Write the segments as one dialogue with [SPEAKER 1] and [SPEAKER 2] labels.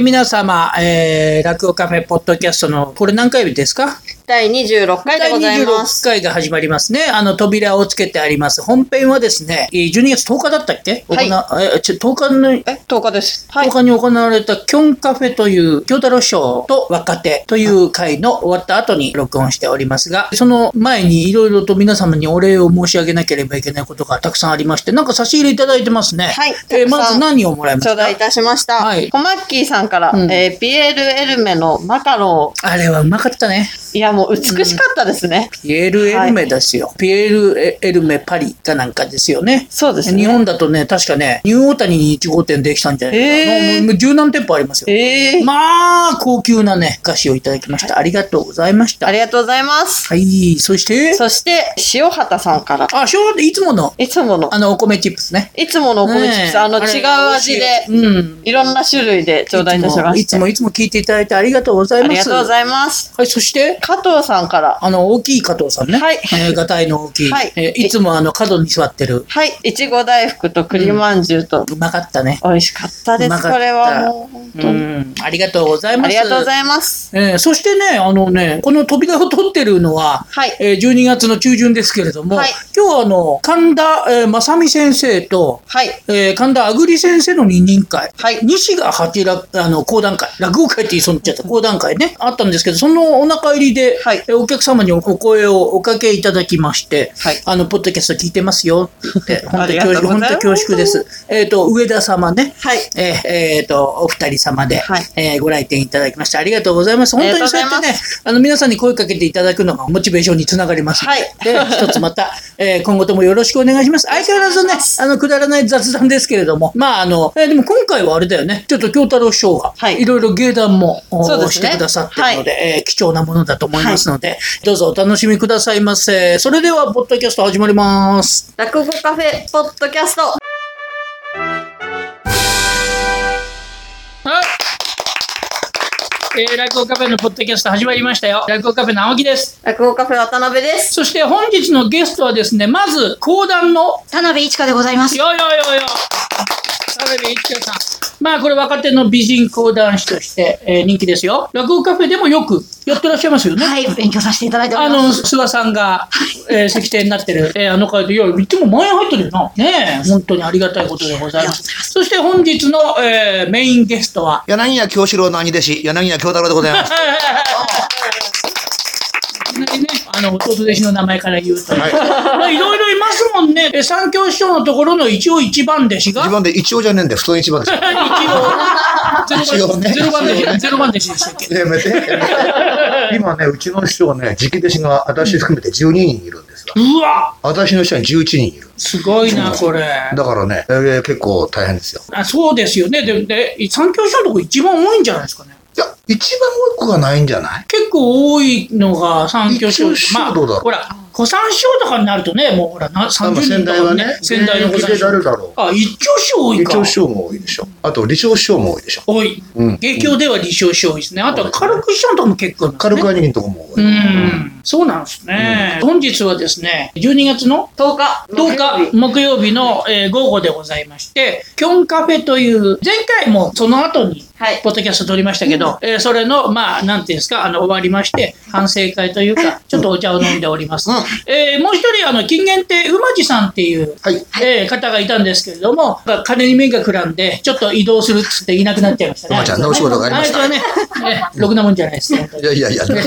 [SPEAKER 1] 皆様、えー、落語カフェポッドキャストの、これ何回目ですか
[SPEAKER 2] 第26回で
[SPEAKER 1] 第
[SPEAKER 2] ございます
[SPEAKER 1] 26。回が始まりますね。あの、扉をつけてあります。本編はですね、えー12月10日だったっけ、
[SPEAKER 2] はい
[SPEAKER 1] 行わえちょ10日の
[SPEAKER 2] え、10日です。はい。
[SPEAKER 1] 他に行われたキョンカフェという京太郎師匠と若手という会の終わった後に録音しておりますが、その前にいろいろと皆様にお礼を申し上げなければいけないことがたくさんありまして、なんか差し入れいただいてますね。
[SPEAKER 2] はい
[SPEAKER 1] えー
[SPEAKER 2] たく
[SPEAKER 1] ま
[SPEAKER 2] さん
[SPEAKER 1] ず何をもらいま
[SPEAKER 2] 頂
[SPEAKER 1] し
[SPEAKER 2] 戴い
[SPEAKER 1] た
[SPEAKER 2] たしました。
[SPEAKER 1] はい
[SPEAKER 2] コマッキーさんから、
[SPEAKER 1] うん
[SPEAKER 2] えーピエール・エルメのマカロ
[SPEAKER 1] あれはうまかったね。
[SPEAKER 2] ン。いや、もう美しかったですね。
[SPEAKER 1] ピエール・エルメですよ。ピエール・エルメ・パリかなんかですよね。
[SPEAKER 2] そうですね。
[SPEAKER 1] 日本だとね、確かね、ニューオータニに1号店できたんじゃないかな。
[SPEAKER 2] えー
[SPEAKER 1] もうもう十何店舗ありますよ。
[SPEAKER 2] えー
[SPEAKER 1] まあ、高級なね、菓子をいただきました。ありがとうございました。
[SPEAKER 2] あ
[SPEAKER 1] は
[SPEAKER 2] りがとうございます。
[SPEAKER 1] い、そして、
[SPEAKER 2] そして、塩畑さんから、
[SPEAKER 1] あ、しょういつもの、
[SPEAKER 2] いつもの
[SPEAKER 1] あ、の、お米チップスね。
[SPEAKER 2] いつものお米チップス、あの、
[SPEAKER 1] ねえ
[SPEAKER 2] 違う味で、
[SPEAKER 1] 美味しいうん。
[SPEAKER 2] いろんな種類で頂戴いたしま
[SPEAKER 1] い
[SPEAKER 2] し
[SPEAKER 1] つ
[SPEAKER 2] て。
[SPEAKER 1] も、いつも聞いていただいてありがとうござい
[SPEAKER 2] あ
[SPEAKER 1] ます。
[SPEAKER 2] りがとうございます。
[SPEAKER 1] はい、そして、
[SPEAKER 2] 加藤さんから、
[SPEAKER 1] あの、大きい加藤さんね。
[SPEAKER 2] はい
[SPEAKER 1] えー、がたいの大きい。
[SPEAKER 2] はい
[SPEAKER 1] えーいつもあの、角に座ってる。
[SPEAKER 2] はい、いちご大福と栗まんじゅうと、
[SPEAKER 1] うまかったね。
[SPEAKER 2] 美味しかったで。
[SPEAKER 1] うますかった
[SPEAKER 2] これはもう、本当
[SPEAKER 1] う
[SPEAKER 2] に。
[SPEAKER 1] ん。ありがとうございます。
[SPEAKER 2] ありがとうございます。
[SPEAKER 1] えーそしてね、あのね、この扉を取ってるのは、
[SPEAKER 2] はい
[SPEAKER 1] えー12月の中旬ですけれども、
[SPEAKER 2] はい
[SPEAKER 1] 今日はあの、神田、えー正美先生と、
[SPEAKER 2] はい。
[SPEAKER 1] えー神田あぐり先生の二人会、
[SPEAKER 2] はい
[SPEAKER 1] 西が八楽、あの、講談会、落語会って言いそうになっちゃった、講談会ね、あったんですけど、そのお腹入りで、
[SPEAKER 2] はい
[SPEAKER 1] えーお客様にお声をおかけいただきまして、
[SPEAKER 2] はい
[SPEAKER 1] あの、ポッドキャスト聞いてますよって言って、本
[SPEAKER 2] あ
[SPEAKER 1] 当に
[SPEAKER 2] りがとう
[SPEAKER 1] 恐
[SPEAKER 2] ご
[SPEAKER 1] 縮、
[SPEAKER 2] ざいます
[SPEAKER 1] 本当に恐縮です。えっ、と、上田様ね、
[SPEAKER 2] はい。
[SPEAKER 1] えーえーと、お二人様で、
[SPEAKER 2] はい
[SPEAKER 1] えーご来店いただきましてありがとうございます。本当にそうやって
[SPEAKER 2] ありがとうござい
[SPEAKER 1] ね、あの、皆さんに声かけていただくのがモチベーションにつながりますので、
[SPEAKER 2] はい
[SPEAKER 1] で一つまた、えー今後ともよろしくお願いします。相変わらずね、あの、くだらない雑談ですけれども、まあ、あの、えーでも今回はあれだよね、ちょっと京太郎師匠が、、
[SPEAKER 2] はいい
[SPEAKER 1] ろいろ芸談も、お
[SPEAKER 2] そうです
[SPEAKER 1] し
[SPEAKER 2] ね
[SPEAKER 1] てくださってるので、えー貴重なものだと思いますので、どうぞお楽しみくださいませ。それでは、ポッドキャスト始まります。
[SPEAKER 2] 落語カフェポッドキャスト。
[SPEAKER 1] えー、落語カフェのポッドキャスト始まりましたよ。落語カフェの青木です。
[SPEAKER 2] 落語カフェ渡辺です。
[SPEAKER 1] そして本日のゲストはですね、まず、講談の、
[SPEAKER 2] 田辺一華でございます。
[SPEAKER 1] よよよよ、田辺一華さん。まあ、これ若手の美人講談師として、えー人気ですよ。落語カフェでもよくやってらっしゃいますよね。
[SPEAKER 3] はい、勉強させていただいてお
[SPEAKER 1] あ
[SPEAKER 3] ります。
[SPEAKER 1] の、諏訪さんが、えー、石庭になってる、えーあの会で、いや、いつも前入ってるよな。ねえ、本当にありがたいことでございます。そして本日の、えーメインゲストは、
[SPEAKER 4] 柳家京志郎の兄弟子、柳家京太郎でございます。
[SPEAKER 1] いきなりね、あの弟弟子の名前から言う と、い、ろいろいますもんねえ三教師匠のところの一応一番弟子が
[SPEAKER 4] 自分で一応じゃねえんだよ、普通に一番ですよ。
[SPEAKER 1] 一応
[SPEAKER 4] 一応ね
[SPEAKER 1] ゼロ番弟子ゼロ番弟子でしたっけ
[SPEAKER 4] やめて。今ね、うちの師匠ね、直弟子が私含めて12人いるんですが、
[SPEAKER 1] うわ
[SPEAKER 4] 私の師匠に11人いる。
[SPEAKER 1] すごいなこれ
[SPEAKER 4] だからね、えー結構大変ですよ。
[SPEAKER 1] あそうですよねでで三教師匠のとこ一番多いんじゃないですかね
[SPEAKER 4] いや、一番多くはないんじゃない
[SPEAKER 1] 結構多いのが三教師匠
[SPEAKER 4] 一応
[SPEAKER 1] まあ
[SPEAKER 4] どうだろう
[SPEAKER 1] ほら小三師匠とかになるとねもうほらな
[SPEAKER 4] 多
[SPEAKER 1] 30
[SPEAKER 4] 分
[SPEAKER 1] 人
[SPEAKER 4] 先
[SPEAKER 1] と
[SPEAKER 4] 代
[SPEAKER 1] か
[SPEAKER 4] は
[SPEAKER 1] ね
[SPEAKER 4] ね、
[SPEAKER 1] 先代の小
[SPEAKER 4] 現
[SPEAKER 1] 三
[SPEAKER 4] 役
[SPEAKER 1] 師
[SPEAKER 4] で誰
[SPEAKER 1] 匠
[SPEAKER 4] だろ
[SPEAKER 1] あ一教師匠多
[SPEAKER 4] う。
[SPEAKER 1] いか
[SPEAKER 4] 一応師匠も多いでしょ。あと、理長師匠も多いでしょ。
[SPEAKER 1] 多い
[SPEAKER 4] うん
[SPEAKER 1] 芸協では立証師匠多いですねあとは軽く師匠のとこも結構なんですね
[SPEAKER 4] 軽く兄貴のとこも多
[SPEAKER 1] う
[SPEAKER 4] い。
[SPEAKER 1] ん、そうなんですね、本日はですね、12月の
[SPEAKER 2] 10日。
[SPEAKER 1] 10日木曜日の、えー午後でございまして、キョンカフェという、前回もその後に、
[SPEAKER 2] はい
[SPEAKER 1] ポッドキャスト撮りましたけど、えーそれの、まあ、なんていうんですか、あの、終わりまして、反省会というか、ちょっとお茶を飲んでおります。
[SPEAKER 4] うん
[SPEAKER 1] えーもう一人、あの、金言亭、馬地さんっていう、
[SPEAKER 4] はい。
[SPEAKER 1] えー方がいたんですけれども、まあ金に目がくらんで、ちょっと移動するっつっていなくなっちゃいましたね。
[SPEAKER 4] 馬ちゃんのお仕事がありました
[SPEAKER 1] あいつはね、ねろくなもんじゃないですね。本当に
[SPEAKER 4] いやいやいや、なら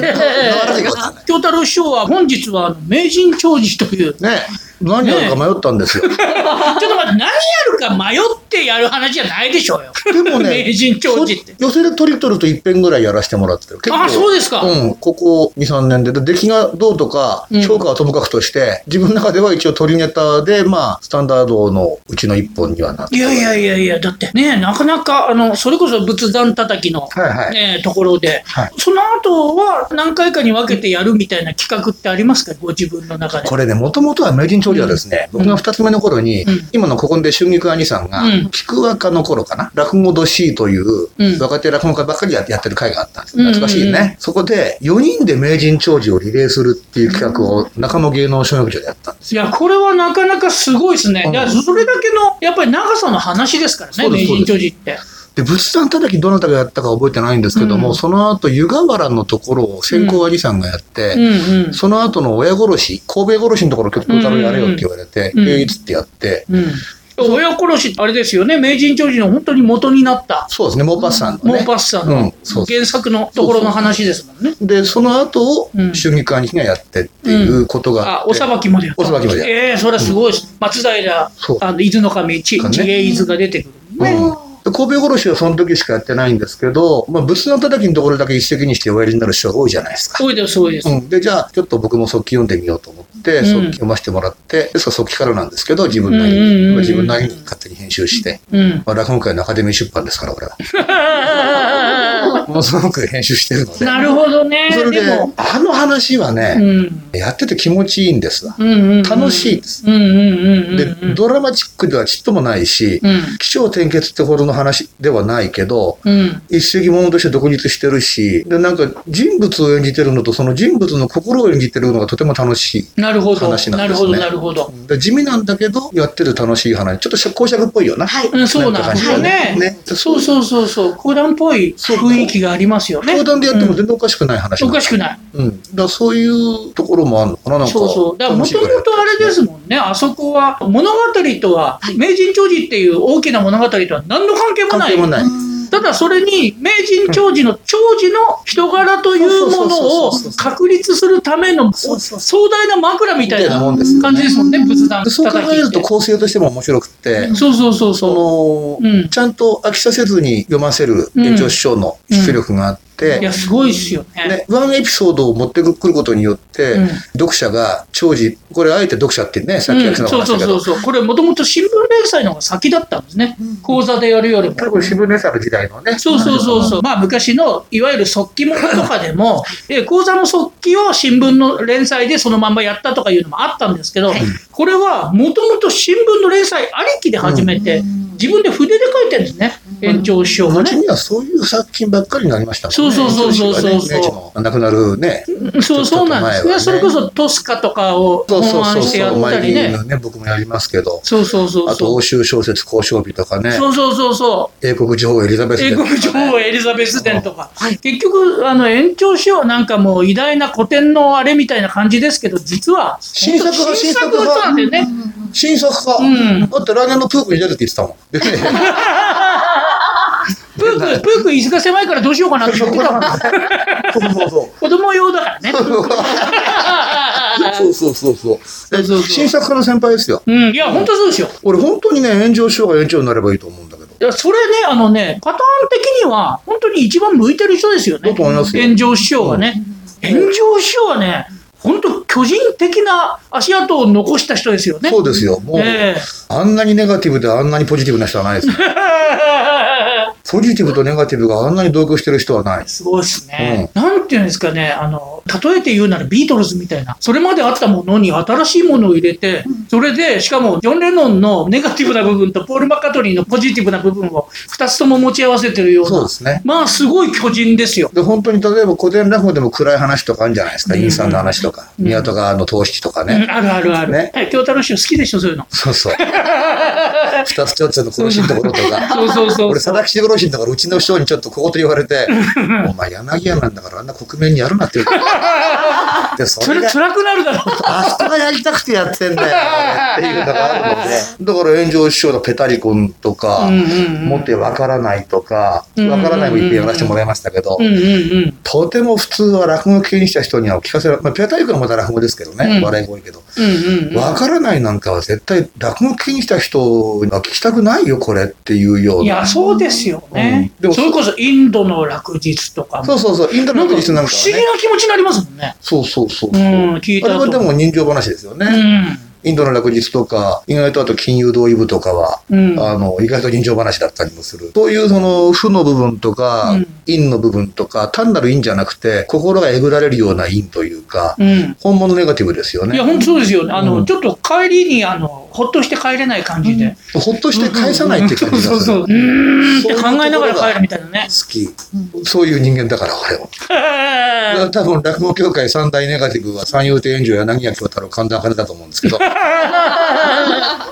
[SPEAKER 4] ないことはない。
[SPEAKER 1] 京太郎師匠は本日はあの名人長寿という、ちょっ
[SPEAKER 4] ね何やるか迷ったんですよ。
[SPEAKER 1] と待って、何やるか迷ってやる話じゃないでしょうよ。
[SPEAKER 4] でもね、
[SPEAKER 1] 名人長寿って。
[SPEAKER 4] 寄せでトリトルと一遍ぐらいやらせてもらってる。結
[SPEAKER 1] あそうですか
[SPEAKER 4] うん、ここ2、3年で。で出来がどうとか
[SPEAKER 1] うん、
[SPEAKER 4] 評価はともかくとして、自分の中では一応取りネタで、まあ、スタンダードのうちの一本にはなって。
[SPEAKER 1] いやいやいやいや、だってね、なかなか、あの、それこそ仏壇叩きの、
[SPEAKER 4] はいはい。
[SPEAKER 1] ね、ところで、
[SPEAKER 4] はい
[SPEAKER 1] その後は何回かに分けてやるみたいな企画ってありますかご自分の中で。
[SPEAKER 4] これね、もともとは名人調理はですね、
[SPEAKER 1] うん
[SPEAKER 4] 僕が二つ目の頃に、
[SPEAKER 1] うん
[SPEAKER 4] 今のここで春菊兄さんが、
[SPEAKER 1] うん
[SPEAKER 4] 菊若の頃かな、落語ど C という
[SPEAKER 1] うん、
[SPEAKER 4] 若手落語家ばっかりやってる会があったんです
[SPEAKER 1] うん
[SPEAKER 4] 懐かしいね。そこで、4人で名人長寿をリレーするっていう企画を中野芸能小学所でやったんです。
[SPEAKER 1] いや、これはなかなかすごいですね。
[SPEAKER 4] うん
[SPEAKER 1] いや、それだけの、やっぱり長さの話ですからね、
[SPEAKER 4] そうで
[SPEAKER 1] 名
[SPEAKER 4] す
[SPEAKER 1] 人長寿って。
[SPEAKER 4] で、仏さん叩きどなたがやったか覚えてないんですけども、
[SPEAKER 1] うん
[SPEAKER 4] その後、湯河原のところを先行兄さんがやって、
[SPEAKER 1] うんうん。
[SPEAKER 4] その後の親殺し、神戸殺しのところ結構太郎やれよって言われて、
[SPEAKER 1] うんうんうん
[SPEAKER 4] 唯一ってやって、
[SPEAKER 1] うん。親殺し、あれですよね、名人長寿の本当に元になった、
[SPEAKER 4] そうですね、モーパッサンの
[SPEAKER 1] モ
[SPEAKER 4] ね。
[SPEAKER 1] ーパッサン
[SPEAKER 4] う
[SPEAKER 1] の
[SPEAKER 4] んそう
[SPEAKER 1] 原作のところの話ですもんね。
[SPEAKER 4] で、その後を
[SPEAKER 1] うん、
[SPEAKER 4] 春菊兄貴がやってっていうことがあ
[SPEAKER 1] あ
[SPEAKER 4] っ、て
[SPEAKER 1] おさばきまでやった。
[SPEAKER 4] おさばきまでやっ
[SPEAKER 1] ええそれはすごいです。松平、
[SPEAKER 4] そう
[SPEAKER 1] あの、伊豆の神、ち、
[SPEAKER 4] かね
[SPEAKER 1] ちげ伊豆が出てくるもんね。
[SPEAKER 4] うん、で神戸殺しはその時しかやってないんですけど、まあ、仏の叩きのところだけ一石にしておやりになる人が多いじゃないですか。
[SPEAKER 1] そうです、そうです。
[SPEAKER 4] うん、でじゃあちょっと僕も速記読んでみようと思って
[SPEAKER 1] ん
[SPEAKER 4] 速記読ませてもらって、でその速記からなんですけど自分なりに、
[SPEAKER 1] うんうんうんうん
[SPEAKER 4] 自分なりに勝手に編集して、
[SPEAKER 1] うん。
[SPEAKER 4] まあ、落語界のアカデミー出版ですから俺はものすごく編集してるので
[SPEAKER 1] なるほどね。
[SPEAKER 4] それで
[SPEAKER 1] でも、
[SPEAKER 4] あの話は
[SPEAKER 1] う
[SPEAKER 4] ね、
[SPEAKER 1] ん。
[SPEAKER 4] やってて気持ちいいんですわ、
[SPEAKER 1] うんうんうん、
[SPEAKER 4] 楽しいです。
[SPEAKER 1] うんうんうんうん。
[SPEAKER 4] でドラマチックではちっともないし、
[SPEAKER 1] うん。
[SPEAKER 4] 起承転結ってほどの話ではないけど、
[SPEAKER 1] うん。
[SPEAKER 4] 一石物として独立してるし、で、なんか人物を演じてるのと、その人物の心を演じてるのがとても楽しい。
[SPEAKER 1] なるほど。
[SPEAKER 4] 話な
[SPEAKER 1] なん
[SPEAKER 4] で
[SPEAKER 1] る
[SPEAKER 4] す
[SPEAKER 1] ほ
[SPEAKER 4] ね
[SPEAKER 1] ど、なるほど。
[SPEAKER 4] で地味なんだけど、やってる楽しい話。ちょっとしゃ公爵っぽいよな。
[SPEAKER 2] はい。
[SPEAKER 1] うん、そうなんですよ
[SPEAKER 4] なんか感
[SPEAKER 1] ね
[SPEAKER 4] じがね。
[SPEAKER 1] そうそうそうそう。講談っぽい雰囲気がありますよね。
[SPEAKER 4] 教団でやっても全然おかしくない話
[SPEAKER 1] お
[SPEAKER 4] なの、
[SPEAKER 1] かしくない。
[SPEAKER 4] うん。だからそういうところもあるのかな、なんか。
[SPEAKER 1] そうそう。だからも
[SPEAKER 4] 楽しい
[SPEAKER 1] とも
[SPEAKER 4] ぐらい
[SPEAKER 1] とあれですもんね。あそこは物語とは、名人長寿っていう大きな物語とは何の関係も
[SPEAKER 4] 関
[SPEAKER 1] な
[SPEAKER 4] 係
[SPEAKER 1] い。
[SPEAKER 4] もない。
[SPEAKER 1] ただそれに名人長寿の長寿の人柄というものを確立するための
[SPEAKER 4] そうそう
[SPEAKER 1] 壮大な枕みたい
[SPEAKER 4] みたい
[SPEAKER 1] な
[SPEAKER 4] なもんですよね
[SPEAKER 1] 感じですもんね。仏壇
[SPEAKER 4] でそう考えると
[SPEAKER 1] 叩き
[SPEAKER 4] 構成としても面白くって、
[SPEAKER 1] ってそうそうそうそ
[SPEAKER 4] その、
[SPEAKER 1] うん
[SPEAKER 4] ちゃんと飽きさせずに読ませる園長師匠の出力があって、
[SPEAKER 1] う。いや、すごいですよね。
[SPEAKER 4] ね、ワンエピソードを持ってくることによって、
[SPEAKER 1] うん
[SPEAKER 4] 読者が長寿、これあえて読者ってね、さっき
[SPEAKER 1] う
[SPEAKER 4] や
[SPEAKER 1] ん、
[SPEAKER 4] つ
[SPEAKER 1] そう
[SPEAKER 4] の話
[SPEAKER 1] そ
[SPEAKER 4] だ
[SPEAKER 1] う
[SPEAKER 4] け
[SPEAKER 1] そう
[SPEAKER 4] ど、
[SPEAKER 1] そう。これもともと新聞連載の方が先だったんですね。講座でやるよりも。
[SPEAKER 4] 多分渋根さんの時代のね、
[SPEAKER 1] そうそうそうそう。まあ昔のいわゆる速記ものとかでも、え講座の速記を新聞の連載でそのまんまやったとかいうのもあったんですけど、これはもともと新聞の連載ありきで始めて、自分で筆で書いてるんですね。延長師匠が
[SPEAKER 4] 後
[SPEAKER 1] ね。
[SPEAKER 4] にはそういう作品ばっかりになりましたもんね。
[SPEAKER 1] そうそうそうそうそう
[SPEAKER 4] 園長師匠がね明治の亡くなるね、
[SPEAKER 1] そうそうなんですね。
[SPEAKER 4] ち
[SPEAKER 1] そ
[SPEAKER 4] ょ
[SPEAKER 1] れ
[SPEAKER 4] っと前はね
[SPEAKER 1] こそトスカとかを
[SPEAKER 4] そうそ
[SPEAKER 1] 考
[SPEAKER 4] うそ
[SPEAKER 1] 案
[SPEAKER 4] う
[SPEAKER 1] してや
[SPEAKER 4] そう、
[SPEAKER 1] った
[SPEAKER 4] 前
[SPEAKER 1] り
[SPEAKER 4] に
[SPEAKER 1] ね。
[SPEAKER 4] のね、僕もやりますけど、
[SPEAKER 1] そうそうそう
[SPEAKER 4] あと
[SPEAKER 1] そ
[SPEAKER 4] 欧
[SPEAKER 1] う。
[SPEAKER 4] 州小説交渉日とかね、
[SPEAKER 1] そうそうそうそう。
[SPEAKER 4] 英国女王エリザベス
[SPEAKER 1] 英
[SPEAKER 4] 伝とか
[SPEAKER 1] 国女王エリザベス伝と か、結局、あの延長しようなんかもう偉大な古典のあれみたいな感じですけど、実は
[SPEAKER 4] 新作派
[SPEAKER 1] 新
[SPEAKER 4] 新
[SPEAKER 1] 作派
[SPEAKER 4] 作派
[SPEAKER 1] なんだよね。
[SPEAKER 4] 新作か、
[SPEAKER 1] うん
[SPEAKER 4] だって来年のプークに出るって言ってたもん。でね
[SPEAKER 1] プーク、プーク椅子が狭いからどうしようかなって言ってたもん
[SPEAKER 4] そうそうそう。
[SPEAKER 1] 子供用だから ね。
[SPEAKER 4] そうそうそうそう。
[SPEAKER 1] うそうそう
[SPEAKER 4] 新作家の先輩ですよ。
[SPEAKER 1] うん、いや、本当そうですよ。
[SPEAKER 4] 俺本当にね、炎上しようが炎上になればいいと思うんだけど。
[SPEAKER 1] いや、それね、あのね、パターン的には、本当に一番向いてる人ですよね。
[SPEAKER 4] だと思いますよ
[SPEAKER 1] 炎上師匠はね。炎上師匠はね、本当巨人的な足跡を残した人ですよね。
[SPEAKER 4] そうですよ。もう、
[SPEAKER 1] ええ
[SPEAKER 4] あんなにネガティブであんなにポジティブな人はないですね。ポジティブとネガティブがあんなに同居してる人はない。
[SPEAKER 1] すごいですね、なんていうんですかね、あの、例えて言うならビートルズみたいな、それまであったものに新しいものを入れて、それで、しかも、ジョン・レノンのネガティブな部分と、ポール・マッカートニーのポジティブな部分を、二つとも持ち合わせてるよう
[SPEAKER 4] そう
[SPEAKER 1] な
[SPEAKER 4] で、すね。
[SPEAKER 1] まあ、すごい巨人ですよ。
[SPEAKER 4] で、本当に例えば古典落語でも暗い話とかあるんじゃないですか。
[SPEAKER 1] うん
[SPEAKER 4] インさんの話とか、
[SPEAKER 1] うん
[SPEAKER 4] 宮戸川の投資とか
[SPEAKER 1] うん
[SPEAKER 4] ね。
[SPEAKER 1] あるあるある。
[SPEAKER 4] ね
[SPEAKER 1] はい、京太郎師匠好きでしょ、 そういうの。
[SPEAKER 4] そうそう。二つちょっちゃんの殺しのところとか。
[SPEAKER 1] そうそうそう
[SPEAKER 4] 俺、佐々木志郎信だから、うちの師匠にちょっとここと言われて、お前、柳家なんだから、あんな国民にやるなって言 うから。で、そ
[SPEAKER 1] そ
[SPEAKER 4] れ
[SPEAKER 1] れ
[SPEAKER 4] が
[SPEAKER 1] 辛くなるだろう。
[SPEAKER 4] あ人がやりたくてやってんだよ、っていうのがあ るので。だから、炎上師匠のペタリコンとか、
[SPEAKER 1] うんうんうん
[SPEAKER 4] 持ってわからないとか、
[SPEAKER 1] うんうんうん
[SPEAKER 4] わからないも一遍やらせてもらいましたけど
[SPEAKER 1] う、んうんうん。
[SPEAKER 4] とても普通は落語系にした人には聞かせられ、まあ、ペタリコンはまた落語ですけど
[SPEAKER 1] う
[SPEAKER 4] ね
[SPEAKER 1] ん、
[SPEAKER 4] 笑い声けど。
[SPEAKER 1] うんうんうん。
[SPEAKER 4] わからないなんかは絶対落語系にした人は聞きたくないよ、これっていうよう
[SPEAKER 1] い
[SPEAKER 4] な。
[SPEAKER 1] や、そうですよね。
[SPEAKER 4] うんでも
[SPEAKER 1] それこそ、インドの落日とかも
[SPEAKER 4] そうそうそう、インド
[SPEAKER 1] な
[SPEAKER 4] の
[SPEAKER 1] んか
[SPEAKER 4] 国
[SPEAKER 1] 不
[SPEAKER 4] 立
[SPEAKER 1] 思議
[SPEAKER 4] なん
[SPEAKER 1] な
[SPEAKER 4] かはね。
[SPEAKER 1] 気持ちになりますもんね。
[SPEAKER 4] そうそうそう。
[SPEAKER 1] う
[SPEAKER 4] あ
[SPEAKER 1] ん、聞いた
[SPEAKER 4] れは
[SPEAKER 1] 後
[SPEAKER 4] でも人情話ですよね。インドの落日とか、意外とあと金融同意部とかは、
[SPEAKER 1] うん。うん。
[SPEAKER 4] あの、意外と人情話だったりもする。そういうその、負の部分とか、
[SPEAKER 1] うん
[SPEAKER 4] 陰の部分とか、単なる陰じゃなくて、心がえぐられるような陰というか、
[SPEAKER 1] うん。
[SPEAKER 4] 本物ネガティブですよ
[SPEAKER 1] いや、
[SPEAKER 4] ね。
[SPEAKER 1] 本当そうですよね。あの、
[SPEAKER 4] うん
[SPEAKER 1] ちょっと帰りに、あの、ほっとして帰れない感じで。
[SPEAKER 4] ほっとして返さないって感じがす
[SPEAKER 1] そ
[SPEAKER 4] る。
[SPEAKER 1] うそうそう。う ーんって考えながら帰るみたいなね。
[SPEAKER 4] 好き。そういう人間だから、俺も。だから多分、落語協会三大ネガティブは三遊亭炎上柳家京太郎神田茜だと思うんです けど、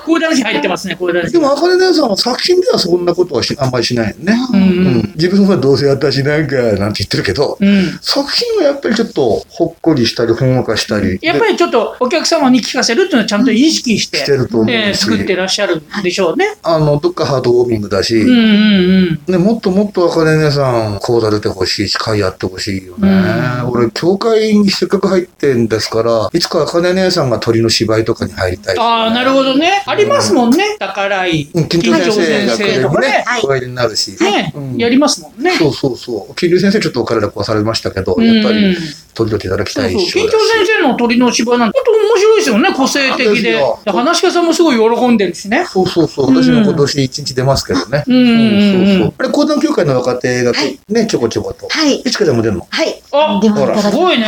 [SPEAKER 1] こういう話入ってますね、こういう話
[SPEAKER 4] で。も茜姉さんは作品ではそんなことはしあんまりしないよね。
[SPEAKER 1] う
[SPEAKER 4] うんん、自分はどうせ私なんかなんて言ってるけど、
[SPEAKER 1] うん。うん。
[SPEAKER 4] 作品はやっぱりちょっとほっこりしたりほんわかしたり
[SPEAKER 1] やっぱりちょっとお客様に聞かせるっていうのはちゃんと意識して、
[SPEAKER 4] してると思うし、
[SPEAKER 1] えー作ってらっしゃるんでしょうね。
[SPEAKER 4] あのどっかハードウォーミングだし、
[SPEAKER 1] うんうん
[SPEAKER 4] ね、もっともっと若根姉さん講座出てほしいし会やってほしいよね、
[SPEAKER 1] うん
[SPEAKER 4] 俺教会にせっかく入ってんですからいつか赤根姉さんが鳥の芝居とかに入りたい、
[SPEAKER 1] うん。ああ、なるほどね。ありますもんね。宝井、
[SPEAKER 4] うん緊急先生
[SPEAKER 1] 緊急先
[SPEAKER 4] が来
[SPEAKER 1] 生
[SPEAKER 4] る
[SPEAKER 1] とか
[SPEAKER 4] ね
[SPEAKER 1] ね
[SPEAKER 2] はい
[SPEAKER 4] お会いになるし、
[SPEAKER 1] ね、
[SPEAKER 4] うん
[SPEAKER 1] やりますもんね。
[SPEAKER 4] そうそうそう緊急先生ちょっとお体壊されましたけど、
[SPEAKER 1] うん
[SPEAKER 4] やっぱ
[SPEAKER 1] うん
[SPEAKER 4] り取り取っていただき
[SPEAKER 1] そ
[SPEAKER 4] た
[SPEAKER 1] う
[SPEAKER 4] い
[SPEAKER 1] そう。
[SPEAKER 4] 一生
[SPEAKER 1] 緊
[SPEAKER 4] だ
[SPEAKER 1] 張
[SPEAKER 4] し
[SPEAKER 1] 先生の鳥の芝居なんて、ちょっと面白いですよね。個性
[SPEAKER 4] そうで
[SPEAKER 1] 的
[SPEAKER 4] す
[SPEAKER 1] で。
[SPEAKER 4] よ
[SPEAKER 1] で話し家さんもすごい喜んでるしね。
[SPEAKER 4] そうそうそう、
[SPEAKER 1] うん
[SPEAKER 4] 私も今年一日出ますけどね。
[SPEAKER 1] うんうんうん
[SPEAKER 4] そうそうそう。あれ、講談協会の若手が
[SPEAKER 2] はい
[SPEAKER 4] ね、ちょこちょこと。
[SPEAKER 2] はい。
[SPEAKER 4] いちかちゃんも出るの。
[SPEAKER 2] はい。
[SPEAKER 1] あ、
[SPEAKER 2] では
[SPEAKER 4] ほら
[SPEAKER 1] すごいね。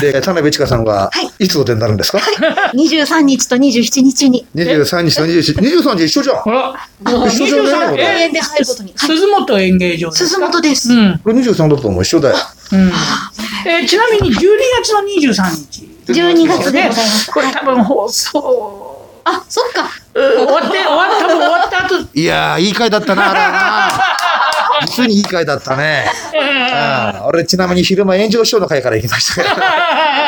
[SPEAKER 4] で、田辺いちかさん
[SPEAKER 2] は
[SPEAKER 4] は
[SPEAKER 2] い
[SPEAKER 4] つお出になるんですか
[SPEAKER 2] 23日と27日に。
[SPEAKER 4] ?23 日と27日、23日一緒じゃん。
[SPEAKER 1] ほら、
[SPEAKER 4] 一緒じゃな
[SPEAKER 1] 23
[SPEAKER 4] いこ
[SPEAKER 1] え
[SPEAKER 4] れ。
[SPEAKER 2] 園で入ることに。はい。
[SPEAKER 1] 鈴本演芸場です
[SPEAKER 2] 鈴
[SPEAKER 1] か。
[SPEAKER 2] 本です。
[SPEAKER 1] うん。
[SPEAKER 4] これ23だと思う、一緒だよ。
[SPEAKER 1] うん。えーちなみに12月の23日。
[SPEAKER 2] 12月でございま
[SPEAKER 1] ね
[SPEAKER 2] す。
[SPEAKER 1] これ多分放送。
[SPEAKER 2] あ、そっか。
[SPEAKER 1] うん終わって、終わった、多分終わった後。
[SPEAKER 4] いやー、いい回だったな、あれはな。実にいい回だったね。ああ、俺ちなみに昼間炎上師匠の会から行きましたから。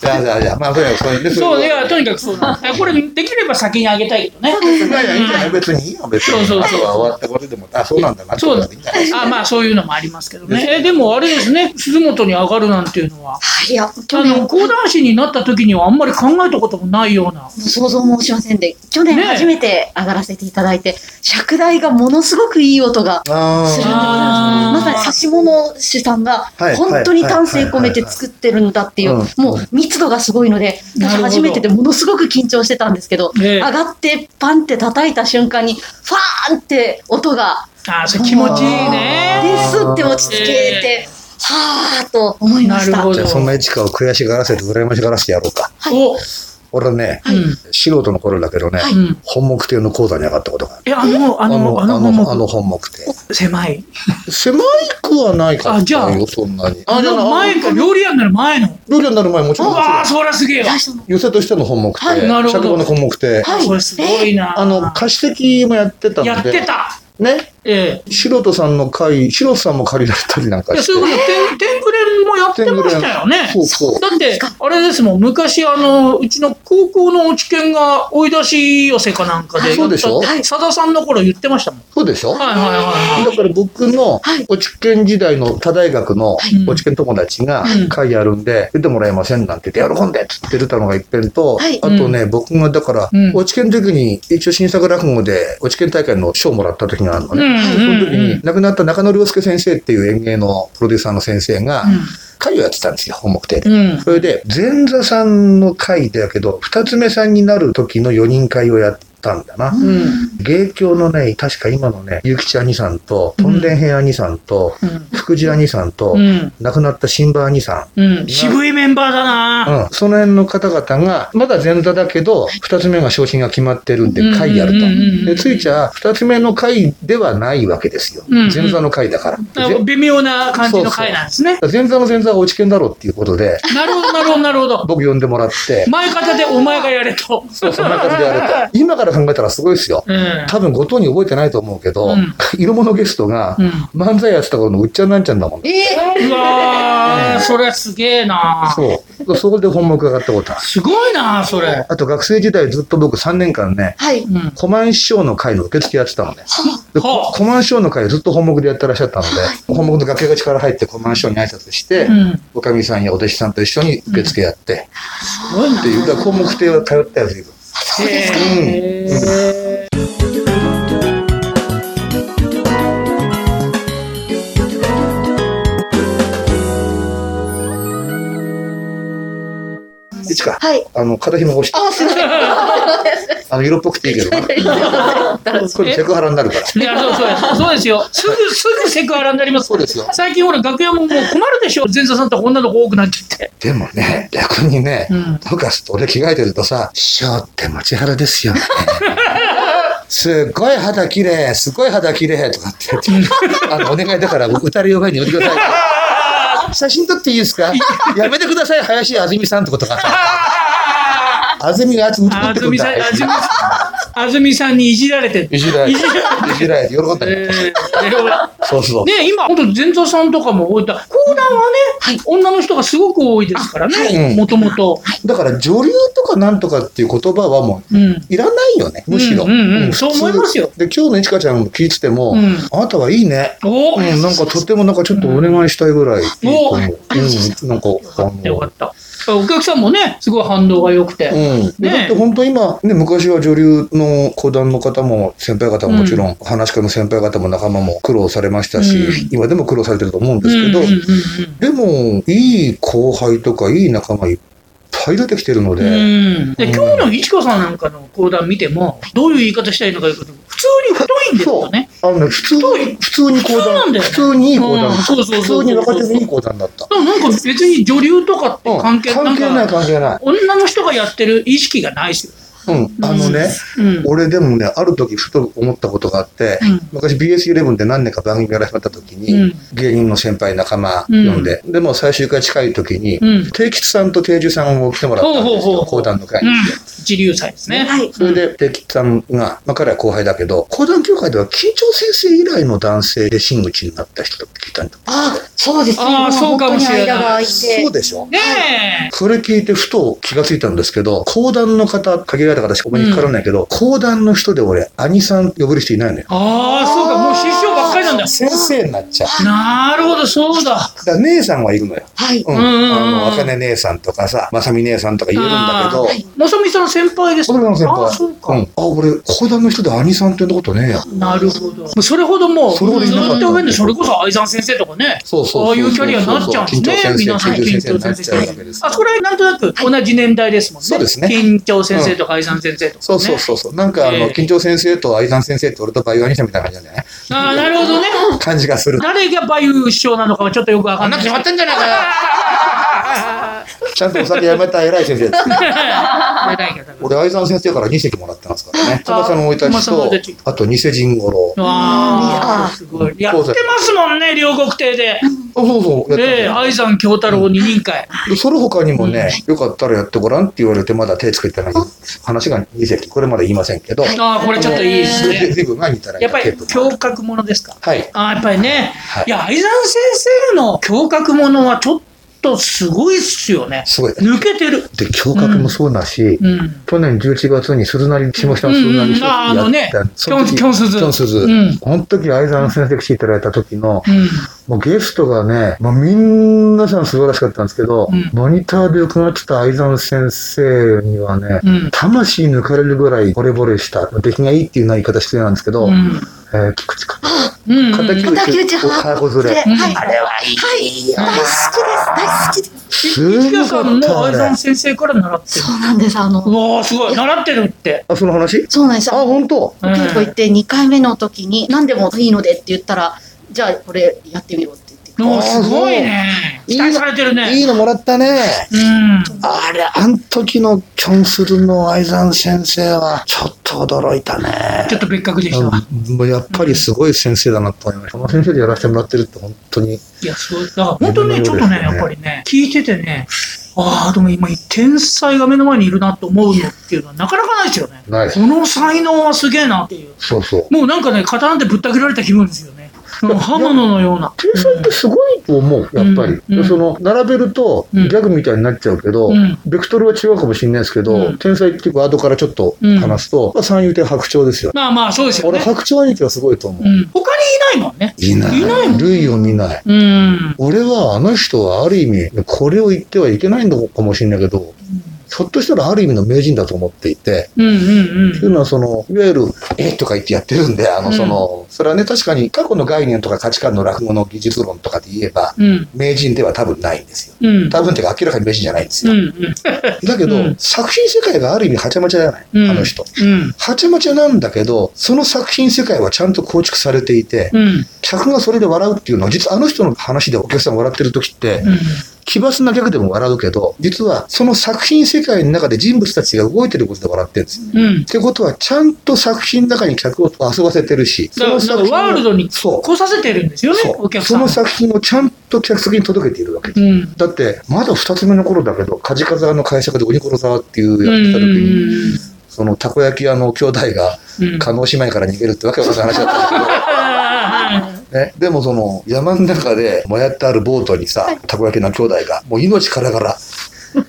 [SPEAKER 4] じゃあじゃあじゃあ、まあ、そうや、そういう ね。
[SPEAKER 1] そう、いや、
[SPEAKER 4] と
[SPEAKER 1] とにかくそうなんですこれ、できれば先にあげたいけどね。
[SPEAKER 4] いやいや、いいんじゃない別にいいよ、別に。
[SPEAKER 1] そうそうそう
[SPEAKER 4] あとは終わったことでも、あ、そうなんだな、
[SPEAKER 1] そうだ
[SPEAKER 4] ってことでいいんじゃない
[SPEAKER 1] あまあ、そういうのもありますけどね。えーでも、あれですね、鈴本に上がるなんていうのは、
[SPEAKER 2] はい。いや、去
[SPEAKER 1] あ
[SPEAKER 2] 年
[SPEAKER 1] の、、講談師になった時にはあんまり考えたこともないような。
[SPEAKER 2] 想像もしませんで、去年
[SPEAKER 1] ねえ
[SPEAKER 2] 初めて上がらせていただいて、尺台がものすごくいい音が。
[SPEAKER 4] あー
[SPEAKER 2] するんでござい
[SPEAKER 1] あー
[SPEAKER 2] ますまさに指物師さんが
[SPEAKER 4] はい
[SPEAKER 2] 本当に丹精込めて作ってるんだっていう、
[SPEAKER 4] はいはいはい
[SPEAKER 2] もう密度がすごいので、
[SPEAKER 1] なるほ
[SPEAKER 2] 私
[SPEAKER 1] ど
[SPEAKER 2] 初めてでものすごく緊張してたんですけど、
[SPEAKER 1] ねえ
[SPEAKER 2] 上がってパンって叩いた瞬間に、ファーンって音が、
[SPEAKER 1] ああ、それ気持ちいい
[SPEAKER 4] あ
[SPEAKER 1] ね。
[SPEAKER 2] で、すって落ち着け
[SPEAKER 1] え
[SPEAKER 2] て、はーっと思いました。
[SPEAKER 1] なるほど
[SPEAKER 4] じゃあそんな市川を悔しがらせて羨ましがらせてやろうか。
[SPEAKER 1] お、
[SPEAKER 4] 俺ね、
[SPEAKER 1] うん。
[SPEAKER 4] 素人の頃だけどね、
[SPEAKER 2] は
[SPEAKER 1] うん。
[SPEAKER 4] 本木亭の講座に上がったことがある。
[SPEAKER 1] え、あの、あの、あの、
[SPEAKER 4] あ
[SPEAKER 1] 本
[SPEAKER 4] の、
[SPEAKER 1] も
[SPEAKER 4] あの本木亭。
[SPEAKER 1] 狭い。
[SPEAKER 4] 狭くはないか
[SPEAKER 1] あじゃあ
[SPEAKER 4] よ、そんなに。
[SPEAKER 1] あの、前か、料理屋になる前の。
[SPEAKER 4] 料理になる前もち
[SPEAKER 1] う
[SPEAKER 4] ろん、もち
[SPEAKER 1] わあ、そりゃすげえわ
[SPEAKER 2] 最。初の
[SPEAKER 4] ろん寄せとしての本木亭、
[SPEAKER 1] はいなるほど
[SPEAKER 4] 尺場の本木亭。
[SPEAKER 2] はい
[SPEAKER 1] それすごいな。
[SPEAKER 4] あの、貸し席もやってたんで。
[SPEAKER 1] やってた。
[SPEAKER 4] ね。
[SPEAKER 1] ええ。
[SPEAKER 4] 素人さんの会、素人さんも借りられたりなんか
[SPEAKER 1] いや、
[SPEAKER 4] して。
[SPEAKER 1] そういうこと、天、天ぷれもやってましたよね。
[SPEAKER 4] そうそう。
[SPEAKER 1] だって、あれですもん、昔、あの、うちの高校の落研が追い出し寄せかなんかで、
[SPEAKER 4] そうでしょ
[SPEAKER 1] やったさださんの頃言ってましたもん。
[SPEAKER 4] そうでしょ
[SPEAKER 1] はいはいはいは
[SPEAKER 4] だから僕の
[SPEAKER 2] はい
[SPEAKER 4] 落研時代の他大学の
[SPEAKER 1] い
[SPEAKER 4] 落研友達が
[SPEAKER 1] うん
[SPEAKER 4] 会やるんで出てもらえませんなんて言って喜んでって言って出たのが一遍と
[SPEAKER 2] はい
[SPEAKER 4] あとね僕がだから
[SPEAKER 1] うん
[SPEAKER 4] 落研の時に一応新作落語で落研大会の賞もらった時があるの
[SPEAKER 1] い。
[SPEAKER 4] ね。
[SPEAKER 1] う
[SPEAKER 4] そ
[SPEAKER 1] ん
[SPEAKER 4] の
[SPEAKER 1] う
[SPEAKER 4] 時
[SPEAKER 1] んうん
[SPEAKER 4] に。亡くなった中野良介先生っていう演芸のプロデューサーの先生が会をやってたんですよ本目亭で。
[SPEAKER 1] うん。
[SPEAKER 4] それで前座さんの会だけど二つ目さんになる時の4人会をやったんだな。
[SPEAKER 1] うん。
[SPEAKER 4] 芸協のね、確か今のね、ゆきち兄さんと、とんでんへい兄さんと、
[SPEAKER 1] うん。
[SPEAKER 4] 福寺兄さんと、
[SPEAKER 1] うん。
[SPEAKER 4] 亡くなった新馬兄さん。
[SPEAKER 1] うん。渋いメンバーだな。
[SPEAKER 4] うん、その辺の方々が、まだ前座だけど、二つ目が昇進が決まってるんで
[SPEAKER 1] うん、
[SPEAKER 4] 会やると
[SPEAKER 1] うんうんうんうん。
[SPEAKER 4] で、ついちゃ、二つ目の会ではないわけですよ。
[SPEAKER 1] うんうん
[SPEAKER 4] 前座の会だから。
[SPEAKER 1] なんか
[SPEAKER 4] ぜ
[SPEAKER 1] 微妙な感じの回なんですね。
[SPEAKER 4] 前座の前座は落研だろうっていうことで、
[SPEAKER 1] なるほど、なるほど、なるほど。
[SPEAKER 4] 僕呼んでもらって、
[SPEAKER 1] 前方でお前がやれと。
[SPEAKER 4] そうそんな感じでや ると。今から考えたらすごいですよ。
[SPEAKER 1] うん。
[SPEAKER 4] 多分、後藤に覚えてないと思うけど、
[SPEAKER 1] うん
[SPEAKER 4] 色物ゲストが、
[SPEAKER 1] うん。
[SPEAKER 4] 漫才やってた頃のうっちゃんなんちゃんだもんね。
[SPEAKER 2] え
[SPEAKER 1] うわー、それはすげえな
[SPEAKER 4] そう。そこで本目上がったことある。
[SPEAKER 1] すごいなそれ。
[SPEAKER 4] あと学生時代ずっと僕3年間ね、
[SPEAKER 2] はい。
[SPEAKER 1] うん。
[SPEAKER 4] コマン師匠の会の受付やってたのね。で
[SPEAKER 1] はあ
[SPEAKER 4] コマン師匠の会をずっと本目でやってらっしゃったので、本目の楽屋が力入ってコマン師匠に挨拶して、
[SPEAKER 1] うん。
[SPEAKER 4] おかみさんやお弟子さんと一緒に受付やって、
[SPEAKER 1] すごいな
[SPEAKER 4] っていう、だから項目亭は通ったよ、随分。
[SPEAKER 1] へー
[SPEAKER 4] いつか、
[SPEAKER 2] はい。
[SPEAKER 4] あの、肩紐押して、
[SPEAKER 2] あ、すいません。
[SPEAKER 4] あの、色っぽくていい けどな。これセクハラになるから。
[SPEAKER 1] いや、そうそうです。そうですよ。すぐ、すぐセクハラになります。
[SPEAKER 4] そうですよ
[SPEAKER 1] 最近ほら、楽屋ももう困るでしょ。前座さんとか女の子多くなっちゃって。
[SPEAKER 4] でもね、逆にね
[SPEAKER 1] うん、
[SPEAKER 4] 僕は俺着替えてるとさ、師匠って持ち腹で すよね。すっごい肌綺 麗、すごい肌綺麗とかって言って、あの、お願いだから歌えるように言ってくださいって。
[SPEAKER 1] あ
[SPEAKER 4] 写真撮っていいですかやめてください、林あずみさんってこと か。あずみがあずみ
[SPEAKER 1] あ
[SPEAKER 4] 撮って
[SPEAKER 1] ず
[SPEAKER 4] くん
[SPEAKER 1] みさん、
[SPEAKER 4] だ。
[SPEAKER 1] あずみさん、あずみさんにいじられて。
[SPEAKER 4] いじられ
[SPEAKER 1] い
[SPEAKER 4] て、
[SPEAKER 1] じられて。
[SPEAKER 4] いじられて、喜んだ
[SPEAKER 1] え
[SPEAKER 4] ね。
[SPEAKER 1] ー
[SPEAKER 4] そうそう。
[SPEAKER 1] ね今、本当前座さんとかも多いだ。講談はね、
[SPEAKER 2] はい
[SPEAKER 1] 女の人がすごく多いですから
[SPEAKER 4] は
[SPEAKER 1] ね、
[SPEAKER 4] い
[SPEAKER 1] もともと。
[SPEAKER 4] だから女流とかなんとかっていう言葉はもう
[SPEAKER 1] うん。
[SPEAKER 4] いらないよね、むしろ。
[SPEAKER 1] うんうんうん
[SPEAKER 4] 普通
[SPEAKER 1] そう思いますよ
[SPEAKER 4] で、今日のいちかちゃんも聞いてても、
[SPEAKER 1] うん
[SPEAKER 4] あなたはいいね。
[SPEAKER 1] お
[SPEAKER 4] う
[SPEAKER 1] お、
[SPEAKER 4] ん、なんかとってもなんかちょっとお願いしたいぐらいいいと思
[SPEAKER 1] お
[SPEAKER 4] う。うん、なんか、あ
[SPEAKER 1] よか
[SPEAKER 4] の、
[SPEAKER 1] った。お客さんもね、すごい反応が良くて。
[SPEAKER 4] うん。で
[SPEAKER 1] ね
[SPEAKER 4] だって本当今、ね、昔は女流の講談の方も先輩方ももちろん、話し家の先輩方も仲間も苦労されましたし、
[SPEAKER 1] うん
[SPEAKER 4] 今でも苦労されてると思うんですけど、
[SPEAKER 1] うんうんうん
[SPEAKER 4] でも、いい後輩とかいい仲間いっぱい出てきてるの
[SPEAKER 1] う
[SPEAKER 4] で、
[SPEAKER 1] ん、で
[SPEAKER 4] うん
[SPEAKER 1] 今日のいちこさんなんかの講談見てもどういう言い方したらいいのかいうこと普通に太いんですよね
[SPEAKER 4] あのね、普通に
[SPEAKER 1] 太い、
[SPEAKER 4] 普通に
[SPEAKER 1] 普通
[SPEAKER 4] 講
[SPEAKER 1] なん
[SPEAKER 4] 談、
[SPEAKER 1] だよね
[SPEAKER 4] 普通にいい講談、
[SPEAKER 1] うんそうそう
[SPEAKER 4] 普
[SPEAKER 1] そう
[SPEAKER 4] 通に若手のいい講談だった。
[SPEAKER 1] でもなんか別に女流とかって
[SPEAKER 4] うん
[SPEAKER 1] 関係,、
[SPEAKER 4] 関係
[SPEAKER 1] な
[SPEAKER 4] ないい関係ない。
[SPEAKER 1] 女の人がやってる意識がないですよ、
[SPEAKER 4] うん、あのね、
[SPEAKER 1] うん、
[SPEAKER 4] 俺でもね、ある時ふと思ったことがあって、
[SPEAKER 1] うん
[SPEAKER 4] 昔 BS11 で何年か番組から始まった時に、
[SPEAKER 1] うん
[SPEAKER 4] 芸人の先輩仲間呼んで、でもう最終回近い時に、
[SPEAKER 1] うん
[SPEAKER 4] 定吉さんと定住さんを来てもらったんです
[SPEAKER 1] ほうほうほう
[SPEAKER 4] よ、講談の会
[SPEAKER 1] う
[SPEAKER 4] に
[SPEAKER 1] ん
[SPEAKER 4] 来て。、
[SPEAKER 1] 一流祭ですね。
[SPEAKER 2] はい
[SPEAKER 4] それで、定吉さんが、まあ彼は後輩だけど、講談協会では緊張先生以来の男性で真打ちになった人と聞いたんだ。
[SPEAKER 2] あ、そうですね。
[SPEAKER 1] あーそうかもしれない
[SPEAKER 2] 本当に間が空いて
[SPEAKER 4] そう。でしょ
[SPEAKER 1] ねえ。
[SPEAKER 4] それ聞いてふと気がついたんですけど、講談の方、限られた方しかお目にかからないけど、講談の人で俺、兄さん呼ぶ人いないのよ。
[SPEAKER 1] ああ、そうか、もう師匠ばっかりなんだ。
[SPEAKER 4] 先生になっちゃう。
[SPEAKER 1] なるほど、そうだ。
[SPEAKER 4] だから姉さんはいるのよ。
[SPEAKER 2] はい。
[SPEAKER 4] うん。
[SPEAKER 1] うんうんうん
[SPEAKER 4] あの、あかね姉さんとかさ、まさみ姉さんとか言えるんだけど、
[SPEAKER 2] はい
[SPEAKER 1] まさみさんの先輩です
[SPEAKER 4] 子供の先輩。
[SPEAKER 1] ああ、そうか。
[SPEAKER 4] ん。あ、俺、講談の人で兄さんって呼んだことねえや。
[SPEAKER 1] なるほど。もうそれほどもう、ず
[SPEAKER 4] それほどいなかった
[SPEAKER 1] ーっと上で、それこそ愛さん先生とかね、
[SPEAKER 4] そうそうそうそう
[SPEAKER 1] ああいうキャリアになっちゃうんですね
[SPEAKER 4] 緊張、先生
[SPEAKER 1] 皆さん、
[SPEAKER 4] 緊張先生
[SPEAKER 1] 緊張先
[SPEAKER 4] になっちゃう
[SPEAKER 1] 生
[SPEAKER 4] わけです
[SPEAKER 1] あ、そこら辺なんとなく同じ年代ですもんね。
[SPEAKER 4] そうですね
[SPEAKER 1] 緊張先生とか愛さん先生とか、ね。
[SPEAKER 4] そうそうそうそう。なんか、あ
[SPEAKER 1] え
[SPEAKER 4] の、
[SPEAKER 1] え
[SPEAKER 4] 緊張先生と愛さん先生と俺とバイオアニシャみたいな感じなんじゃな
[SPEAKER 1] ああ、なるほどね。
[SPEAKER 4] い感じがする。
[SPEAKER 1] 誰がバイオ師匠なのかはちょっとよくわかんない。
[SPEAKER 4] ってんじゃないかよ。ちゃんとお酒やめた偉い先生です。
[SPEAKER 1] 偉い方が
[SPEAKER 4] 俺、愛沢先生から2席もらってますからね。高さんの生い立ち
[SPEAKER 1] 高さんの生い立
[SPEAKER 4] と
[SPEAKER 1] ち、
[SPEAKER 4] あと、偽人五郎。
[SPEAKER 1] わあ、
[SPEAKER 2] あ
[SPEAKER 1] すごい。やってますもんね、両国亭で。
[SPEAKER 4] あそうそう、や
[SPEAKER 1] ええ、
[SPEAKER 4] っ
[SPEAKER 1] 愛さん京太郎二人会。
[SPEAKER 4] た。その他にもね、よかったらやってごらんって言われて、まだ手つけてない話が2席。これまだ言いませんけど、
[SPEAKER 1] ああ、これちょっといいです
[SPEAKER 4] で
[SPEAKER 1] ね。
[SPEAKER 4] デブが似たら
[SPEAKER 1] やっぱり
[SPEAKER 4] テープ
[SPEAKER 1] 胸郭ものですか
[SPEAKER 4] はい。
[SPEAKER 1] あーやっぱりね、
[SPEAKER 4] はい
[SPEAKER 1] い、や愛沢先生の胸郭ものはちょっとすごいっすよね
[SPEAKER 4] すごい。で、
[SPEAKER 1] 抜けてる
[SPEAKER 4] 胸郭もそうだし、
[SPEAKER 1] うん
[SPEAKER 4] 去年11月に鈴なり、下北の鈴なり
[SPEAKER 1] うんうんああのね
[SPEAKER 4] やったその
[SPEAKER 1] キョ
[SPEAKER 4] 時
[SPEAKER 1] ンキョン鈴
[SPEAKER 4] キョン鈴。
[SPEAKER 1] うん
[SPEAKER 4] この時、相沢先生来ていただいた時の、
[SPEAKER 1] うん
[SPEAKER 4] もうゲストがね、もうみんなさん素晴らしかったんですけど、
[SPEAKER 1] うん
[SPEAKER 4] モニターで伺ってた相沢先生にはね、
[SPEAKER 1] うん
[SPEAKER 4] 魂抜かれるぐらい惚れ惚れした、出来がいいっていうような言い方失礼なんですけど、
[SPEAKER 1] う
[SPEAKER 4] え
[SPEAKER 1] ん
[SPEAKER 4] ー菊池か。
[SPEAKER 1] うん
[SPEAKER 4] 片
[SPEAKER 1] うん
[SPEAKER 4] 木
[SPEAKER 2] 敵
[SPEAKER 4] 内
[SPEAKER 2] 討ち
[SPEAKER 4] 親子連
[SPEAKER 2] で
[SPEAKER 4] れ。
[SPEAKER 1] うん
[SPEAKER 2] はい。あれはいい。はい。大好きです。大好きです。
[SPEAKER 4] す
[SPEAKER 1] 池
[SPEAKER 4] ご
[SPEAKER 1] さ
[SPEAKER 4] か
[SPEAKER 1] ん
[SPEAKER 4] っ
[SPEAKER 1] も
[SPEAKER 4] た
[SPEAKER 1] 愛沢
[SPEAKER 4] ね。
[SPEAKER 1] 先生から習ってる
[SPEAKER 2] そうなんです。あ
[SPEAKER 1] う
[SPEAKER 2] の、
[SPEAKER 1] わーすごい習ってるって、
[SPEAKER 4] あ、その話
[SPEAKER 2] そうなんです。
[SPEAKER 4] あ、本当
[SPEAKER 1] うん
[SPEAKER 2] お稽古行って2回目の時に何でもいいのでって言ったらじゃあこれやってみろって言って
[SPEAKER 1] おーすごいね期待されてるね
[SPEAKER 4] いいのもらったね。
[SPEAKER 1] うん
[SPEAKER 4] あれ、あん時のキョンスルの相沢先生は、ちょっと驚いたね。
[SPEAKER 1] ちょっと別格でしたわ
[SPEAKER 4] うんやっぱりすごい先生だなと思いました。この先生でやらせてもらってるって本当に。
[SPEAKER 1] いやすごいだから本当にねちょっとねやっぱりね聞いててねああでも今天才が目の前にいるなと思うのっていうのはなかなかないですよね
[SPEAKER 4] ないです
[SPEAKER 1] この才能はすげえなっていう
[SPEAKER 4] そうそう。
[SPEAKER 1] もうなんかね、刀でぶった切られた気分ですよね。もう刃物のような。
[SPEAKER 4] 天才ってすごいと思う、やっぱり。
[SPEAKER 1] うんうん
[SPEAKER 4] その、並べると
[SPEAKER 1] う
[SPEAKER 4] ギ
[SPEAKER 1] ん
[SPEAKER 4] ャグみたいになっちゃうけど、
[SPEAKER 1] うん
[SPEAKER 4] ベクトルは違うかもしれないですけど、
[SPEAKER 1] うん
[SPEAKER 4] 天才っていうワードからちょっと話すと、まあ三遊亭白鳥ですよ。
[SPEAKER 1] まあまあ、そうですよ
[SPEAKER 4] 俺、
[SPEAKER 1] ね。
[SPEAKER 4] 白鳥兄貴はすごいと思う。
[SPEAKER 1] うん、他にいないもんね。
[SPEAKER 4] いない。
[SPEAKER 1] いないもん。
[SPEAKER 4] 類を見ない。
[SPEAKER 1] うん。
[SPEAKER 4] 俺はあの人はある意味、これを言ってはいけないのかもしれないけど、ひょっとしたらある意味の名人だと思っていて、
[SPEAKER 1] うんうん
[SPEAKER 4] というのはその、いわゆる、えとか言ってやってるんで、あ
[SPEAKER 1] う
[SPEAKER 4] の、
[SPEAKER 1] ん
[SPEAKER 4] その、それはね、確かに過去の概念とか価値観の落語の技術論とかで言えば、
[SPEAKER 1] うん。うん。
[SPEAKER 4] 名人では多分ないんですよ。
[SPEAKER 1] うん。
[SPEAKER 4] 多分っていうか明らかに名人じゃないんです
[SPEAKER 1] うん。う
[SPEAKER 4] よ。
[SPEAKER 1] ん。
[SPEAKER 4] だけど、
[SPEAKER 1] うん
[SPEAKER 4] 作品世界がある意味はちゃまちゃじゃない、
[SPEAKER 1] うん
[SPEAKER 4] あの人。
[SPEAKER 1] うん。
[SPEAKER 4] はちゃまちゃなんだけど、その作品世界はちゃんと構築されていて、
[SPEAKER 1] うん。
[SPEAKER 4] 客がそれで笑うっていうのは、実はあの人の話でお客さん笑ってる時って、
[SPEAKER 1] うん。
[SPEAKER 4] 奇抜なギャグでも笑うけど、実はその作品世界の中で人物たちが動いてることで笑ってるんですよ。
[SPEAKER 1] うん
[SPEAKER 4] っ。てことは、ちゃんと作品の中に客を遊ばせてるし、
[SPEAKER 1] だからだから
[SPEAKER 4] 作品を
[SPEAKER 1] ワールドに
[SPEAKER 4] そう
[SPEAKER 1] 来させてるんですよね、
[SPEAKER 4] そ
[SPEAKER 1] お
[SPEAKER 4] う
[SPEAKER 1] 客
[SPEAKER 4] そ
[SPEAKER 1] さん
[SPEAKER 4] の。作品をちゃんと客席に届けているわけです。
[SPEAKER 1] うん。
[SPEAKER 4] だって、まだ二つ目の頃だけど、カジカザの会社で鬼殺沢っていう
[SPEAKER 1] うん
[SPEAKER 4] やってた時
[SPEAKER 1] うん
[SPEAKER 4] に、そのたこ焼き屋の兄弟が、
[SPEAKER 1] うんうん
[SPEAKER 4] 加納姉妹から逃げるってわけわかんない話だったんだ
[SPEAKER 1] あ
[SPEAKER 4] けど、 ね。でもその、山の中で、もやってあるボートにさ、たこ焼きの兄弟が、もう命からがら、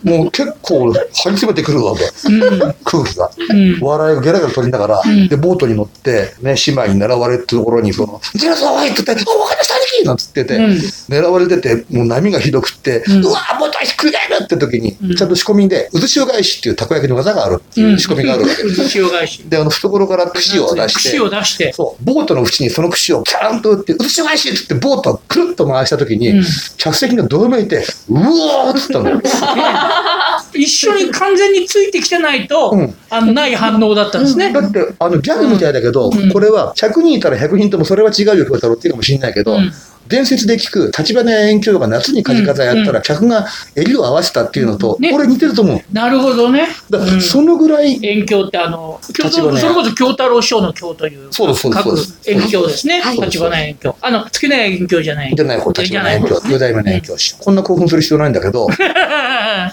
[SPEAKER 4] もう結構、張り詰めてくるわけ。
[SPEAKER 1] ーうん
[SPEAKER 4] 空気が。
[SPEAKER 1] うん
[SPEAKER 4] 笑いをゲラゲラ取りながら、
[SPEAKER 1] ん
[SPEAKER 4] で、ボートに乗って、ね、姉妹に狙われてるところに、その、ジェラソーワイって言って、お、わかりました、兄貴なんつってて、
[SPEAKER 1] うん
[SPEAKER 4] 狙われてて、もう波がひどくって、
[SPEAKER 1] う
[SPEAKER 4] うんわー、ボートはひっくり返るって時に、
[SPEAKER 1] うん
[SPEAKER 4] ちゃんと仕込みで、渦潮返しっていうたこ焼きの技があるって
[SPEAKER 1] う
[SPEAKER 4] い
[SPEAKER 1] ん
[SPEAKER 4] う仕込みがあるわけ。
[SPEAKER 1] 塩返し。
[SPEAKER 4] で、あの、懐から串を出して、
[SPEAKER 1] 串を出して。
[SPEAKER 4] そう、ボートの縁にその串をキャーンと打って、渦潮返しって言って、ボートをくるっと回した時に、
[SPEAKER 1] うん
[SPEAKER 4] 客席がどよめいて、うおーっつ ったのよ。
[SPEAKER 1] 一緒に完全についてきてないと、
[SPEAKER 4] うん
[SPEAKER 1] あのない反応だったんですね。
[SPEAKER 4] だって、あの、ギャグみたいだけど、
[SPEAKER 1] うん
[SPEAKER 4] これは、100人いたら100人ともそれは違うよ、京太郎っていうかもしれないけど、
[SPEAKER 1] うん
[SPEAKER 4] 伝説で聞く、立花遠鏡が夏にカジカザやったら、客が襟を合わせたっていうのと、
[SPEAKER 1] ね
[SPEAKER 4] これ似てると思う。
[SPEAKER 1] なるほどね。
[SPEAKER 4] だ
[SPEAKER 1] うん
[SPEAKER 4] そのぐらい、
[SPEAKER 1] 遠鏡ってあの、京
[SPEAKER 4] 立花
[SPEAKER 1] 都、
[SPEAKER 4] 屋
[SPEAKER 1] それこそ京太郎師匠の京という、
[SPEAKER 4] そうですそうです
[SPEAKER 1] 各
[SPEAKER 4] そうです
[SPEAKER 1] 遠鏡ですね。
[SPEAKER 2] はい
[SPEAKER 1] 立花遠鏡。あの、好きな遠鏡じゃない。
[SPEAKER 4] 似てない方、立花遠鏡、四代目の遠鏡師。こんな興奮する必要ないんだけど、
[SPEAKER 1] 鏡。